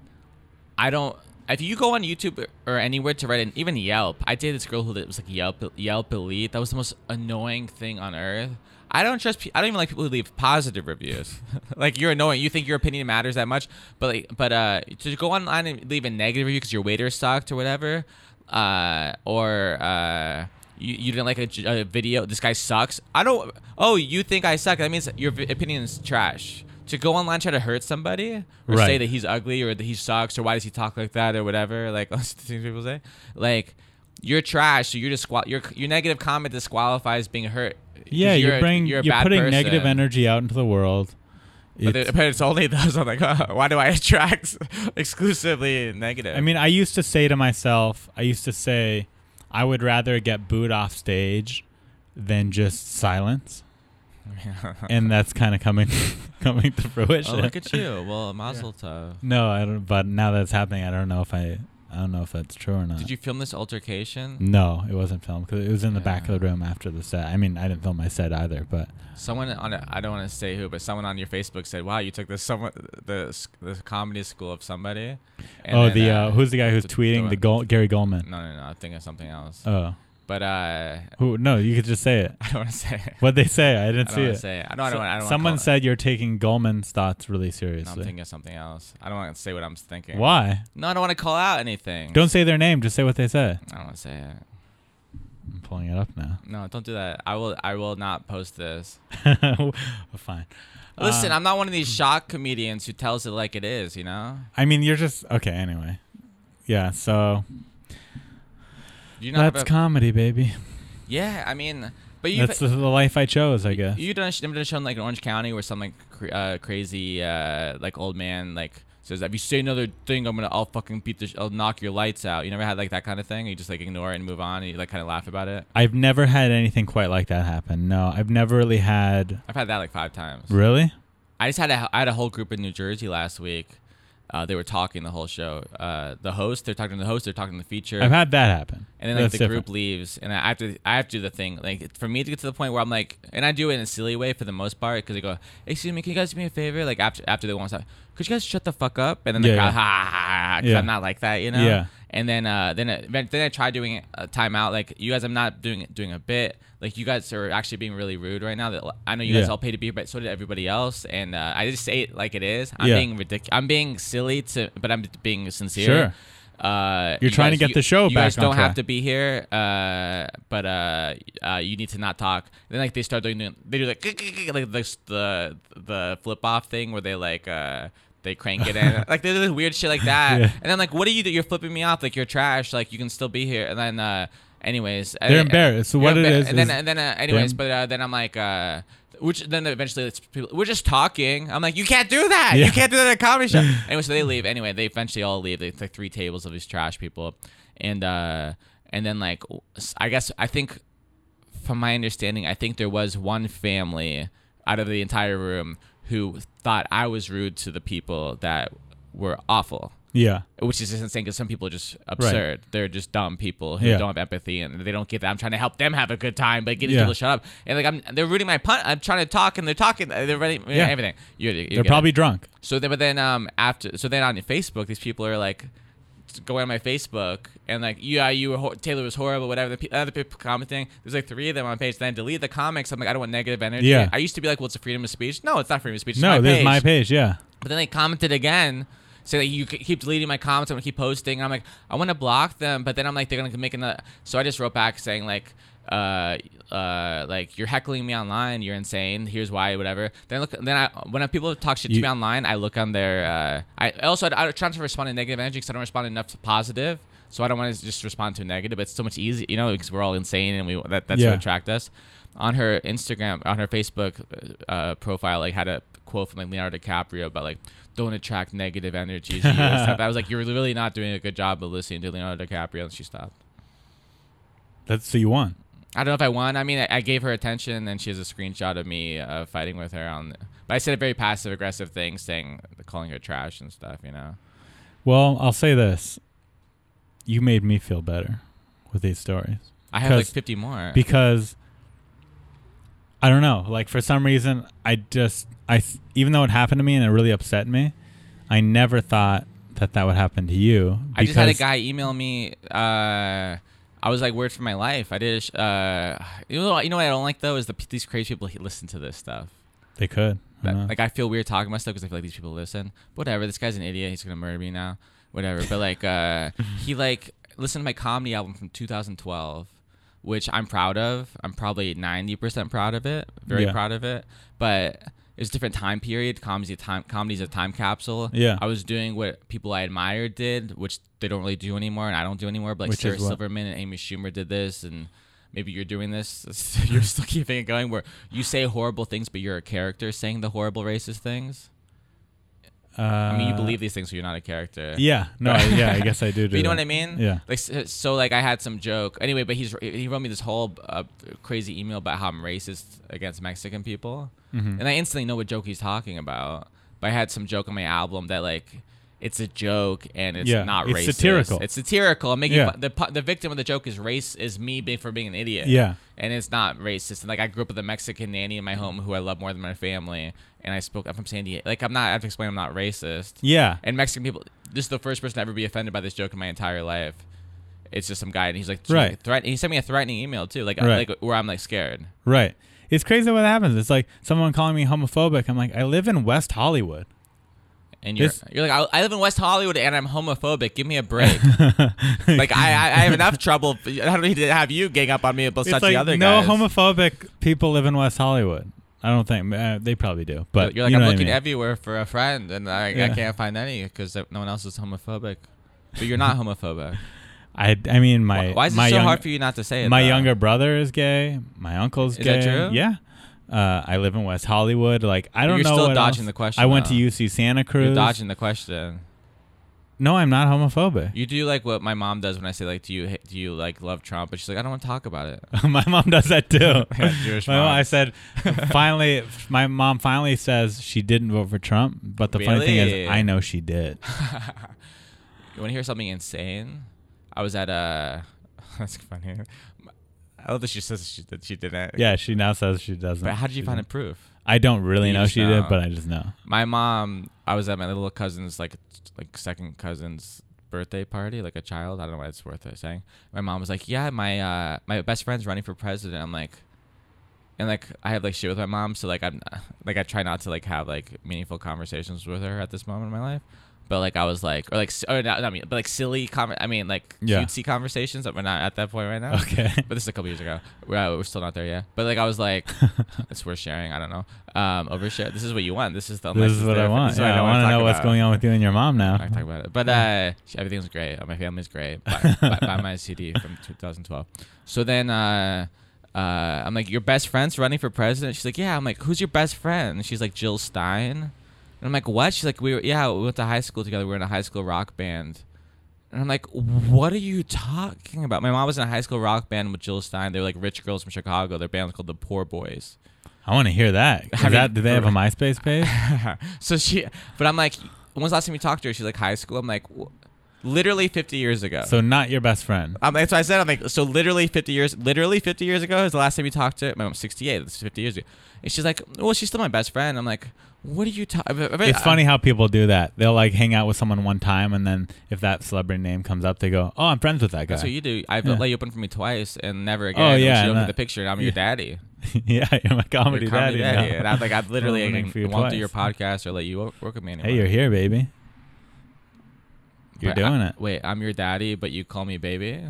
S7: I don't. If you go on YouTube or- or anywhere to write, and even Yelp, I dated this girl who was like Yelp, Yelp elite. That was the most annoying thing on earth. I don't trust. pe- I don't even like people who leave positive reviews. *laughs* like you're annoying. You think your opinion matters that much, but like, but uh, to go online and leave a negative review because your waiter sucked or whatever, uh, or uh, you, you didn't like a, j- a video. This guy sucks. I don't. Oh, you think I suck? That means your v- opinion is trash. To go online try to hurt somebody or
S6: Right.
S7: say *laughs* that he's ugly or that he sucks or why does he talk like that or whatever, like those things people say, like you're trash. So you're just disqual- your your negative comment disqualifies being hurt. 'cause
S6: Yeah, you're,
S7: a-
S6: bringing,
S7: you're,
S6: you're,
S7: a bad
S6: putting
S7: person.
S6: negative energy out into the world.
S7: But,
S6: It's-
S7: it- but it's only *laughs* those. I'm like, why do I attract *laughs* exclusively negative? *laughs*
S6: I mean, I used to say to myself, I used to say, I would rather get booed off stage than just silence. and that's kind of coming *laughs* coming to
S7: oh,
S6: fruition.
S7: look at you. Well, Mazel Tov.
S6: No, I don't. But now that's happening, I don't know if I, I don't know if that's true or not.
S7: Did you film this altercation?
S6: No, it wasn't filmed because it was in the back of the room after the set. I mean, I didn't film my set either, but
S7: Someone on a, I don't want to say who, but someone on your Facebook said, "Wow, you took this someone the s- the comedy school of somebody." And
S6: oh,
S7: then,
S6: the uh, who's the guy who's
S7: the- the
S6: tweeting the
S7: one-
S6: Gol- Gary Goldman?
S7: No, no, no. I'm thinking of something else.
S6: Oh,
S7: but uh, *laughs*
S6: who? No, you could just say it.
S7: I don't want to say. it.
S6: What they say, I
S7: I
S6: didn't
S7: don't
S6: see
S7: want
S6: it.
S7: to say. it. I don't. I don't, I don't wanna
S6: Someone
S7: call it-
S6: said you're taking Goldman's thoughts really
S7: No, I'm
S6: seriously.
S7: thinking of something else. I don't want to say what I'm thinking.
S6: Why?
S7: No, I don't want to call out anything.
S6: Don't say their name. Just say what they say.
S7: I don't want to say it.
S6: I'm pulling it up now. *laughs*
S7: No, don't do that. I will. I will not post this.
S6: Fine. Uh,
S7: Listen, I'm not one of these shock comedians who tells it like it is. You know,
S6: I mean, you're just okay. Anyway, yeah. So
S7: you know.
S6: that's comedy, baby.
S7: yeah, I mean, but you.
S6: That's the, the life I chose, I guess.
S7: You done a sh- never done a show in like in Orange County where some like cr- uh, crazy uh, like old man like says if you say another thing I'm gonna I'll fucking beat the sh- I'll knock your lights out. You never had like that kind of thing. You just like ignore it and move on. And you like kind of laugh about it.
S6: I've never had anything quite like that happen. No, I've never really had.
S7: I've had that like five times.
S6: Really?
S7: I just had a I had a whole group in New Jersey last week. Uh, they were talking the whole show. Uh, the host they're talking to the host they're talking to the feature.
S6: I've had that happen.
S7: and then like
S6: That's
S7: the
S6: different.
S7: group leaves, and I have to I have to do the thing like for me to get to the point where I'm like, and I do it in a silly way for the most part because I go, excuse me, can you guys do me a favor? Like after after they want to, could you guys shut the fuck up? And then the
S6: Yeah,
S7: crowd,
S6: yeah.
S7: ha ha ha, ha, 'cause
S6: Yeah.
S7: I'm not like that, you know.
S6: Yeah.
S7: And then uh then it, then then I try doing a timeout like you guys I'm not doing doing a bit like you guys are actually being really rude right now that I know you guys
S6: Yeah.
S7: all pay to be here but so did everybody else and uh, I just say it like it is I'm
S6: Yeah.
S7: being ridiculous I'm being silly to but I'm being sincere
S6: Sure.
S7: uh,
S6: You're
S7: you
S6: trying to
S7: guys-
S6: get
S7: you-
S6: the show
S7: you
S6: back
S7: guys
S6: on
S7: don't
S6: track.
S7: have to be here, uh, but uh, uh, you need to not talk. Then like they start doing, they do like, like the the, the flip off thing where they like uh, they crank
S6: *laughs*
S7: it in, like they do this weird shit like that.
S6: Yeah.
S7: And I'm like, what are you? do- You're flipping me off, like you're trash. Like you can still be here. And then, uh, anyways, eh,
S6: They're embarrassed. So what it is
S7: And then
S6: is-
S7: and then uh, anyways,
S6: Them-
S7: but uh, then I'm like. Uh, which then eventually it's people, we're just talking. I'm like, you can't do that.
S6: Yeah.
S7: You can't do that at a
S6: *laughs*
S7: comedy show. anyway, so they leave. Anyway, they eventually all leave. They it's like three tables of these trash people, and uh, and then like I guess I think from my understanding, I think there was one family out of the entire room who thought I was rude to the people that were awful
S6: Yeah.
S7: which is just insane because some people are just absurd. They're just dumb people who
S6: Yeah.
S7: don't have empathy and they don't get that. I'm trying to help them have a good time by getting
S6: Yeah.
S7: people to shut up. And like I'm, they're rooting my pun. I'm trying to talk and they're talking. uh, They're ready.
S6: Yeah.
S7: Everything. You're, you
S6: They're probably drunk.
S7: so then, but then um after so then on Facebook these people are like going on my Facebook and like yeah you were hor- Taylor was horrible whatever the pe- other people commenting there's like three of them on page then I delete the comics I'm like I don't want negative energy
S6: Yeah.
S7: I used to be like well it's a freedom of speech no it's not freedom of speech it's
S6: No,
S7: my
S6: there's
S7: page.
S6: my page. Yeah.
S7: But then they commented again, saying like, you c- keep deleting my comments. I'm gonna keep posting. And I'm like, I want to block them, but then I'm like, they're gonna make another. So I just wrote back saying like, uh, uh, like you're heckling me online. You're insane. Here's why. Whatever. Then I look. Then I when I, people talk shit to
S6: You-
S7: me online, I look on their. Uh, I also I, I try not to respond to negative energy because I don't respond enough to positive. So I don't want to just respond to negative. It's so much easier, you know, because we're all insane and we that, that's
S6: Yeah.
S7: what attracts attract us. On her Instagram, on her Facebook uh, profile, like had a quote from like Leonardo DiCaprio about like don't attract negative energies. to you," and stuff. I was like, you're really not doing a good job of listening to Leonardo DiCaprio, and she stopped.
S6: That's so you won.
S7: I don't know if I won. I mean, I, I gave her attention, and she has a screenshot of me uh, fighting with her on. But I said a very passive aggressive thing, saying calling her trash and stuff. You know.
S6: Well, I'll say this. You made me feel better with these stories.
S7: I have like
S6: Because-
S7: 50 more.
S6: because I don't know. Like for some reason, I just I th- even though it happened to me and it really upset me, I never thought that that would happen to you.
S7: I just had a
S6: because-
S7: guy email me. Uh, I was like worried for my life. I did. A sh- uh, you know, you know what I don't like though is the p- these crazy people who listen to this stuff.
S6: They could. I
S7: That-
S6: know.
S7: like I feel weird talking about stuff because I feel like these people listen. But whatever. This guy's an idiot. He's gonna murder me now.
S6: *laughs*
S7: Whatever. But like, uh, he like listened to my comedy album from 2012. which I'm proud of. I'm probably 90% proud of it, very
S6: Yeah.
S7: proud of it. But it's a different time period. Comedy's a time, comedy's a time capsule.
S6: Yeah.
S7: I was doing what people I admired did, which they don't really do anymore, and I don't do anymore. But like
S6: Which is
S7: Sarah
S6: what?
S7: Silverman and Amy Schumer did this, and maybe you're doing this. *laughs*
S6: Hmm.
S7: you're still keeping it going, where you say horrible things, but you're a character saying the horrible racist things.
S6: Uh,
S7: I mean, you believe these things, so you're not a character.
S6: Yeah.
S7: *laughs*
S6: No. I- yeah. I guess I do. do
S7: But you know
S6: that.
S7: what I mean?
S6: Yeah.
S7: Like s- so, like I had some joke. Anyway, but he's he wrote me this whole uh, crazy email about how I'm racist against Mexican people,
S6: Mm-hmm.
S7: and I instantly know what joke he's talking about. But I had some joke on my album that like it's a joke and it's
S6: Yeah,
S7: not
S6: it's
S7: racist.
S6: satirical.
S7: It's satirical. I'm making
S6: Yeah.
S7: fun- the pu- the victim of the joke is race is me being for being an idiot.
S6: Yeah.
S7: And it's not racist. And like I grew up with a Mexican nanny in my home who I love more than my family. And I spoke. I'm from San Diego. Like I'm not. I have to explain. I'm not racist.
S6: Yeah.
S7: And Mexican people, this is the first person to ever be offended by this joke in my entire life. It's just some guy, and he's like,
S6: Right.
S7: threat- he sent me a threatening email too, like,
S6: Right.
S7: like where I'm like scared.
S6: Right. It's crazy what happens. It's like someone calling me homophobic. I'm like, I live in West Hollywood.
S7: And you're,
S6: This-
S7: you're like, I, I live in West Hollywood and I'm homophobic. Give me a break.
S6: *laughs*
S7: like, I, I, I have enough trouble. I don't need to have you gang up on me about
S6: It's
S7: such
S6: like
S7: the other
S6: no
S7: guys.
S6: homophobic people live in West Hollywood. I don't think uh, they probably do, but
S7: You're like,
S6: you know what
S7: I'm
S6: I
S7: looking
S6: mean.
S7: everywhere for a friend and I, I
S6: Yeah.
S7: can't find any because no one else is homophobic. But
S6: *laughs*
S7: you're not homophobic.
S6: I, I mean, my
S7: Why is it
S6: my
S7: so
S6: young-
S7: hard for you not to say it?
S6: My
S7: though?
S6: younger brother is gay. My uncle's
S7: Is
S6: gay.
S7: that true?
S6: Yeah. Uh, I live in West Hollywood. Like I don't
S7: You're
S6: know.
S7: still
S6: what
S7: dodging
S6: else.
S7: the question,
S6: I went
S7: though.
S6: to UC Santa Cruz.
S7: You're dodging the question.
S6: No, I'm not
S7: *laughs*
S6: homophobic. *laughs*
S7: You do like what my mom does when I say like, do you do you like love Trump? But she's like, I don't want to talk about
S6: *laughs*
S7: it.
S6: my mom does that
S7: *laughs*
S6: too.
S7: Jewish
S6: my mom-
S7: mom.
S6: I
S7: *laughs*
S6: said, finally, my mom finally says she didn't vote for Trump. But the funny thing
S7: Really?
S6: is, I know she
S7: *laughs*
S6: did.
S7: You want to hear something insane? I was at a. *laughs* That's funny. I love that she says she that she didn't.
S6: Yeah, she now says she doesn't.
S7: But how did you
S6: She
S7: find a
S6: didn't.
S7: proof?
S6: I don't really
S7: You
S6: know
S7: just
S6: she
S7: know.
S6: did, but I just know.
S7: My mom. I was at my little cousin's like like second cousin's birthday party, like a child. I don't know why it's worth it saying. My mom was like, yeah, my uh my best friend's running for president. I'm like. And like I have like shit with my mom, so like I'm *sighs* like I try not to like have like meaningful conversations with her at this moment in my life. But like I was like, or like, s- or not, not me, but like silly, conver- I mean like
S6: Yeah.
S7: cutesy conversations that we're not at that point right now.
S6: Okay.
S7: *laughs* but this is a couple years ago. We're, uh, we're still not there yet. But like I
S6: *laughs*
S7: was like, it's worth sharing. I don't know. Um, overshare. This is what you want. This is the.
S6: This
S7: unlicensed
S6: is what I
S7: therapy.
S6: want.
S7: This is what
S6: Yeah, I
S7: wanna
S6: want to
S7: talk
S6: know what's
S7: about.
S6: going on with you and your mom
S7: I *laughs*
S6: now.
S7: can talk about it. But uh, everything's great. Uh, My family's great.
S6: *laughs*
S7: Buy, buy, buy my CD from 2012. So then uh, uh, I'm like, your best friend's running for president. She's like, yeah. I'm like, who's your best friend? And she's like, Jill Stein. And I'm like, what? She's like, we were, yeah, we went to high school together. We were in a high school rock band. And I'm like, what are you talking about? My mom was in a high school rock band with Jill Stein. They were like rich girls from Chicago. Their band was called the Poor Boys.
S6: I want to hear that. Is
S7: I mean,
S6: that do
S7: *laughs*
S6: they have a
S7: for-
S6: MySpace page?
S7: so she, but I'm like, when's the last time you talked to her? She's like, high school. I'm like, "Wh- literally 50 years ago.
S6: So not your best
S7: *laughs*
S6: friend.
S7: Um, that's what I said. I'm like, so literally 50 years, literally 50 years ago is the last time you talked to my mom's 68. That's 50 years ago. And she's like, well, she's still my best friend. I'm like, what are you talking?
S6: It's funny how people do that. They'll like hang out with someone one time, and then if that celebrity name comes up, they go, "Oh, I'm friends with that guy."
S7: That's what you do. I've
S6: Yeah.
S7: let you open for me twice and never again.
S6: Oh,
S7: And
S6: yeah,
S7: She
S6: and
S7: opened
S6: that-
S7: the picture and I'm
S6: *laughs*
S7: your daddy.
S6: yeah, you're my
S7: Your
S6: comedy,
S7: comedy
S6: daddy. now.
S7: And I'm
S6: *laughs*
S7: like, I've literally
S6: Opening
S7: like,
S6: for you
S7: won't do
S6: twice.
S7: your podcast or let you wo- work with me anymore.
S6: Hey, you're here, baby. You're
S7: But I-
S6: doing it.
S7: Wait, I'm your daddy, but you call me baby?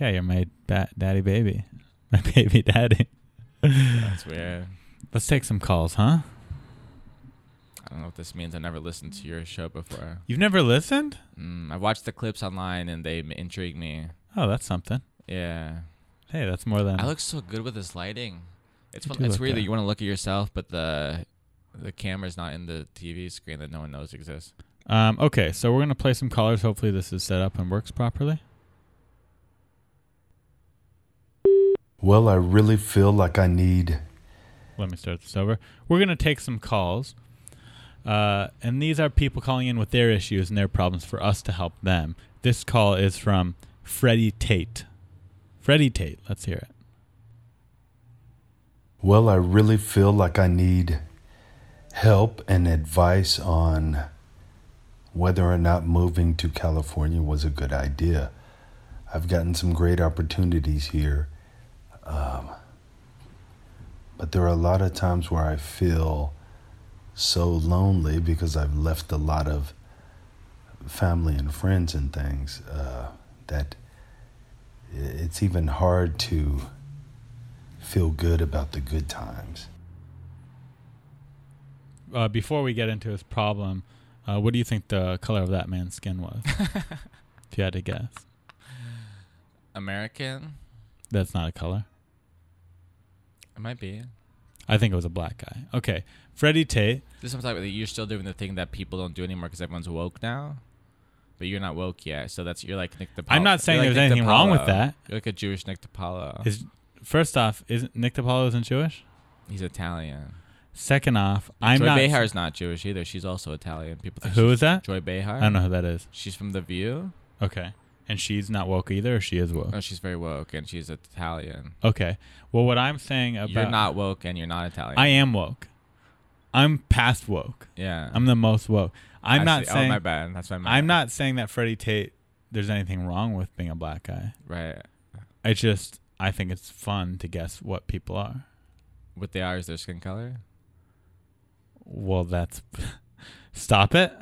S6: Yeah, you're my ba- daddy, baby, *laughs* my baby daddy.
S7: That's weird.
S6: Let's take some calls, huh?
S7: I don't know what this means. I never listened to your show before.
S6: You've never listened?
S7: Mm, I've watched the clips online and they intrigue me.
S6: Oh, that's something.
S7: Yeah.
S6: Hey, that's more than
S7: I look so good with this lighting. It's
S6: Uh-huh. You
S7: fun,
S6: do
S7: it's
S6: look
S7: weird that
S6: good.
S7: you want to look at yourself, but the the camera's not in the TV screen that no one knows exists.
S6: Um, okay, so we're gonna play some callers. Hopefully, this is set up and works properly.
S4: Well, I really feel like I need.
S6: Let me start this over. We're gonna take some calls, uh, and these are people calling in with their issues and their problems for us to help them. This call is from Freddie Tate. Freddie Tate, let's hear it.
S4: Well, I really feel like I need help and advice on whether or not moving to California was a good idea. I've gotten some great opportunities here, um, but there are a lot of times where I feel so lonely because I've left a lot of family and friends and things uh, that i- it's even hard to feel good about the good times.
S6: Uh, before we get into his problem, uh, what do you think the color of that man's skin was? if you had to guess,
S7: American?
S6: that's not a color.
S7: It might be.
S6: I think it was a black guy. Okay, Freddie Tate.
S7: This is what I'm talking about. You're still doing the thing that people don't do anymore because everyone's woke now, but you're not woke yet. So that's you're like Nick DiPaolo.
S6: I'm not saying
S7: You're like
S6: there's
S7: Nick
S6: anything wrong with
S7: DiPaolo.
S6: that.
S7: You're like a Jewish Nick DiPaolo.
S6: Is first off, isn't Nick DiPaolo isn't Jewish?
S7: He's Italian.
S6: Second off, I'm
S7: Joy
S6: not.
S7: Behar's not Jewish either. She's also Italian. People think
S6: Who
S7: she's-
S6: is that?
S7: Joy Behar.
S6: I don't know who that is.
S7: She's from The View.
S6: Okay, and she's not woke either. Or she is woke.
S7: Oh, she's very woke and she's Italian.
S6: Okay. Well, what I'm saying about
S7: you're not woke and you're not Italian.
S6: I am woke. I'm past woke.
S7: Yeah.
S6: I'm the most woke. I'm
S7: I
S6: not
S7: see.
S6: saying.
S7: Oh, my bad. That's what I meant.
S6: I'm not saying that Freddie Tate. There's anything wrong with being a black guy.
S7: right.
S6: I just I think it's fun to guess what people are.
S7: What they are is their skin color.
S6: Well, that's *laughs* stop it.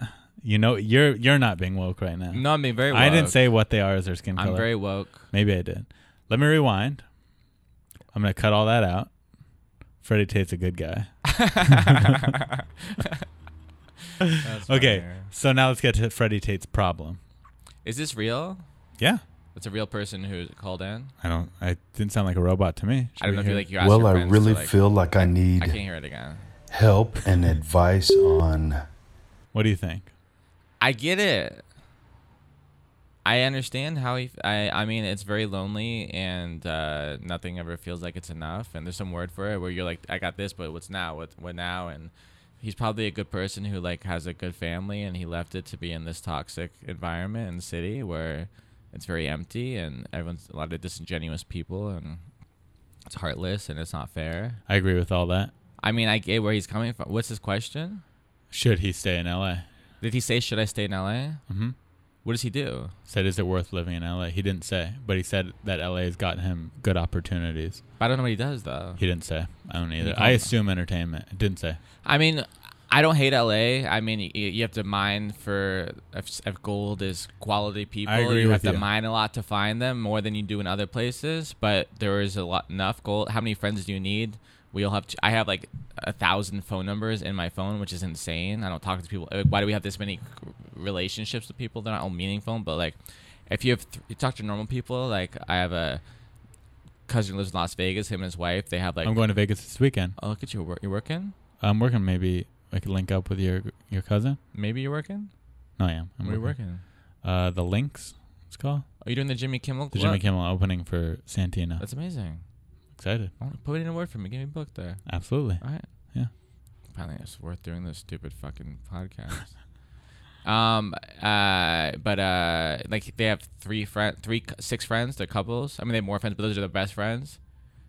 S6: You know you're you're not being woke right now.
S7: No, I mean very. Woke.
S6: I didn't say what they are as their skin
S7: I'm
S6: color.
S7: very
S6: *laughs*
S7: woke. *laughs*
S6: Maybe I did. Let me rewind. I'm gonna cut all that out. Freddie Tate's a good guy.
S7: That's
S6: Okay,
S7: funny.
S6: so now let's get to Freddie Tate's problem.
S7: Is this real?
S6: Yeah,
S7: That's a real person who called in.
S6: I don't. I didn't sound like a robot to me.
S7: I don't know if
S6: Should
S7: you
S6: we
S7: like you asked
S4: Well,
S7: your
S4: I
S7: friends to,
S4: really
S7: like-
S4: feel like I
S7: I can't
S4: need
S7: hear it again.
S4: help and advice on
S6: hear- What do you think?
S7: I get it. I understand how he. I. I mean, it's very lonely, and uh, nothing ever feels like it's enough. And there's some word for it where you're like, I got this, but what's now? What what now? And he's probably a good person who like has a good family, and he left it to be in this toxic environment and city where it's very empty and everyone's a lot of disingenuous people, and it's heartless and it's not fair.
S6: I agree with all that.
S7: I mean, I get where he's coming from. What's his question?
S6: Should he stay in L.A.?
S7: Did he say, "Should I stay in LA"?
S6: Mm-hmm.
S7: What does he do?
S6: Said, is it worth living in L.A.? He didn't say, but he said that L.A. has gotten him good opportunities.
S7: I don't know what he does though.
S6: He didn't say. I don't either.
S7: called
S6: I
S7: him.
S6: assume entertainment. It didn't say.
S7: I mean, I don't hate LA. I mean, you, you have to mine for if, if gold is quality people.
S6: agree
S7: you
S6: with
S7: have
S6: you.
S7: to mine a lot to find them more than you do in other places. But there is a lot enough gold. How many friends do you need? We all have. T- I have like a thousand phone numbers in my phone, which is insane. I don't talk to people. Like, Why do we have this many relationships with people? They're not all meaningful. But like, if you have th- you talk to normal people, like I have a cousin who lives in Las Vegas. Him and his wife, they have like.
S6: I'm going to Vegas this weekend.
S7: oh, look at you! wor- You're working.
S6: I'm working. Maybe I could link up with your your cousin.
S7: Maybe you're working.
S6: No, I am. Oh, I'm
S7: We're working.
S6: Uh, the Lynx. It's called
S7: Are you doing the Jimmy Kimmel?
S6: the Jimmy
S7: Club?
S6: Kimmel opening for Santino.
S7: That's amazing.
S6: excited.
S7: Oh, Put in a word for me. Give me a book there.
S6: Absolutely.
S7: All right.
S6: Yeah.
S7: Finally, it's worth doing this stupid fucking
S6: *laughs*
S7: podcast. um. Uh. But uh. Like they have three friend, three cou- six friends. They're couples. I mean, they have more friends, but those are the best friends.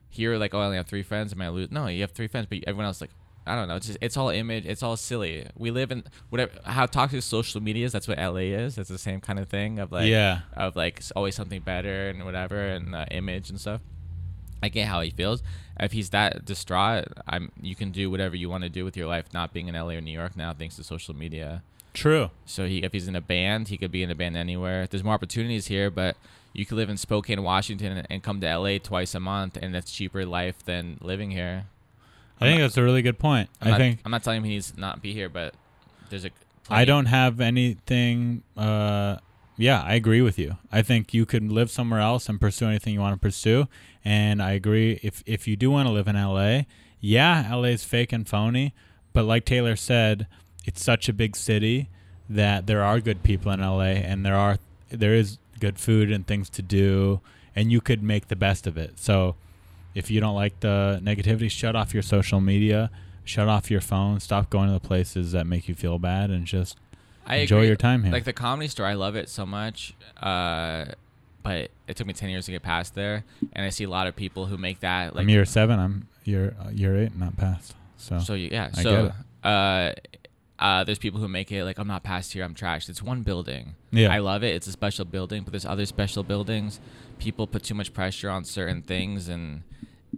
S7: Here, like, oh, I only have three friends. Am I lose? No, you have three friends, but everyone else, like, I don't know. It's just, it's all image. It's all silly. We live in whatever how toxic social media is. That's what LA is. That's the same kind of thing of like
S6: Yeah.
S7: of like s- always something better and whatever and uh, image and stuff. I get how he feels. If he's that distraught, I'm. You can do whatever you want to do with your life, not being in LA or New York now, thanks to social media.
S6: True.
S7: So he, if he's in a band, he could be in a band anywhere. There's more opportunities here, but you could live in Spokane, Washington, and- and come to LA twice a month, and that's cheaper life than living here.
S6: I think that's a really good point.
S7: I'm
S6: I
S7: not,
S6: think
S7: I'm not telling him he needs to not be here, but there's a.
S6: I don't have anything. Uh, yeah, I agree with you. I think you can live somewhere else and pursue anything you want to pursue. And I agree if if you do want to live in LA, yeah, LA is fake and phony. But like Taylor said, it's such a big city that there are good people in LA, and there are there is good food and things to do, and you could make the best of it. So if you don't like the negativity, shut off your social media, shut off your phone, stop going to the places that make you feel bad, and just
S7: I
S6: enjoy
S7: agree.
S6: your time here.
S7: Like the comedy store, I love it so much. Uh, but it took me ten years to get past there, and I see a lot of people who make that like
S6: I'm year seven. I'm year uh, year eight, not past. So,
S7: So you, yeah,
S6: I
S7: so uh, uh, there's people who make it like I'm not past here, I'm trashed. It's one building.
S6: Yeah.
S7: I love it. It's a special building, but there's other special buildings. People put too much pressure on certain things, and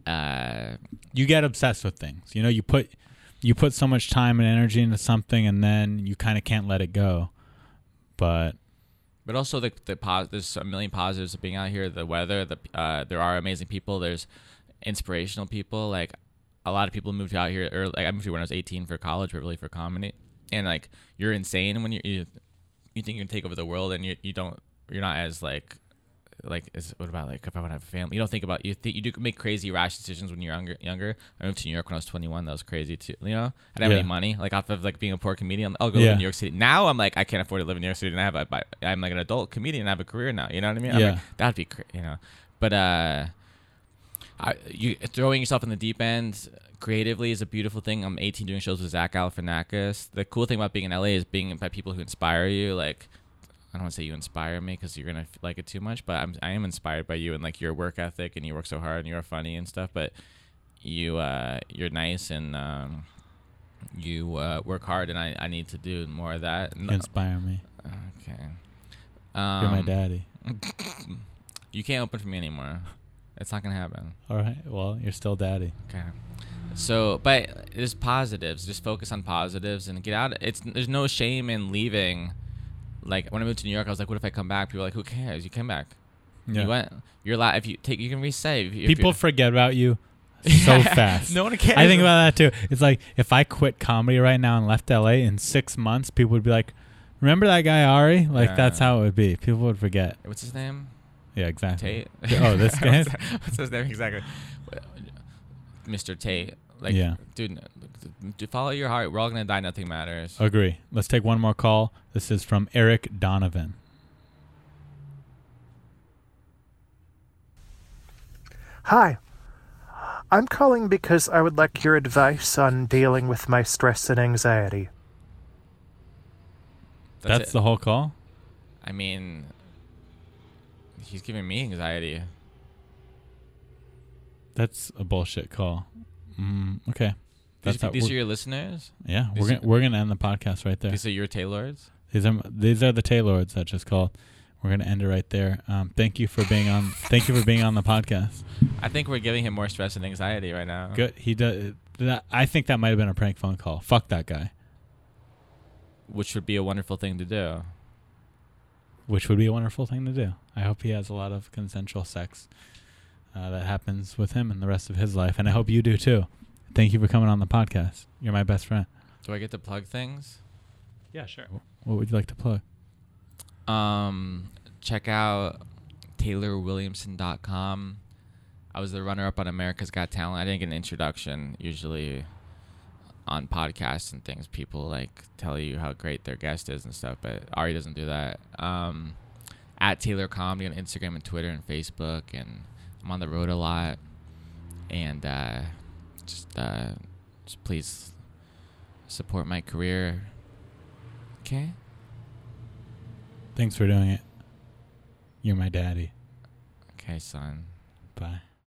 S7: uh,
S6: you get obsessed with things. You know, you put you put so much time and energy into something, and then you kind of can't let it go. But
S7: But also the the pos- there's a million positives of being out here. The weather, the uh, there are amazing people. There's inspirational people. Like a lot of people moved out here early. Like, I moved here when I was 18 for college, but really for comedy. And like you're insane when you you, you think you can take over the world, and you you don't you're not as like like is what about like if I want to have a family? You don't think about you think you do make crazy rash decisions when you're younger. Younger, I moved to New York when I was 21. That was crazy too. You know, I didn't have
S6: Yeah.
S7: any money. Like off of like being a poor comedian, oh, I'll go
S6: Yeah.
S7: live in New York City. Now I'm like I can't afford to live in New York City, and I have a I- I'm like an adult comedian. I have a career now. You know what I mean? I'm
S6: Yeah.
S7: like, that'd be cra- you know, but uh, I, you throwing yourself in the deep end creatively is a beautiful thing. I'm 18 doing shows with Zach Galifianakis. The cool thing about being in LA is being by people who inspire you. Like I don't want to say you inspire me because you're gonna f- like it too much, but I'm I am inspired by you and like your work ethic and you work so hard and you're funny and stuff. But you uh, you're nice and um, you uh, work hard and I, I need to do more of that. And-
S6: Inspire me.
S7: Okay.
S6: You're my
S7: Uh, Um,
S6: daddy.
S7: You can't open for me anymore. It's not gonna happen.
S6: All right. Well, you're still daddy.
S7: Okay. So, but there's positives. Just focus on positives and get out. It's there's no shame in leaving. Like when I moved to New York, I was like, "What if I come back?" People were like, "Who cares? You came back. You went. You're allowed. If you take, you can reset. If, you- if
S6: People
S7: you're-
S6: forget about
S7: *laughs*
S6: you so fast.
S7: No one cares.
S6: I think about that too. It's like if I quit comedy right now and left LA in six months, people would be like, "Remember that guy Ari?" Like
S7: Yeah.
S6: that's how it would be. People would forget.
S7: What's his name?
S6: Yeah, exactly. *laughs*
S7: Tate.
S6: Oh, this guy.
S7: *laughs* What's- What's his name exactly? Mr. Tate. Like,
S6: Yeah.
S7: dude, d- follow your heart. We're all gonna die. Nothing matters.
S6: Agree. Let's take one more call. This is from Eric Donovan.
S5: Hi. I'm calling because I would like your advice on dealing with my stress and anxiety.
S6: That's,
S7: it.
S6: the whole call.
S7: I mean, he's giving me anxiety.
S6: That's a bullshit call. Mm, okay. That's
S7: These,
S6: how
S7: these
S6: we're-
S7: are your listeners.
S6: yeah.
S7: these
S6: We're
S7: are-
S6: gonna, we're gonna end the podcast right there.
S7: These are your Taylors.
S6: These are these are the Taylords that just called. We're gonna end it right there. Um, thank you for being on. Thank you for being on the podcast.
S7: I think we're giving him more stress and anxiety right now.
S6: Good. He does. That, I think that might have been a prank phone call. Fuck that guy.
S7: Which would be a wonderful thing to do.
S6: Which would be a wonderful thing to do. I hope he has a lot of consensual sex uh, that happens with him and the rest of his life, and I hope you do too. Thank you for coming on the podcast. You're my best friend.
S7: Do I get to plug things?
S6: Yeah, sure. What would you like to plug?
S7: Um, check out TaylorWilliamson.com. I was the runner-up on America's Got Talent. I didn't get an introduction. Usually, on podcasts and things, people like tell you how great their guest is and stuff. But Ari doesn't do that. Um, at Taylor Comedy on Instagram and Twitter and Facebook, and I'm on the road a lot. And uh, just, uh, just please support my career. Okay.
S6: Thanks for doing it. You're my daddy.
S7: Okay, son.
S6: Bye.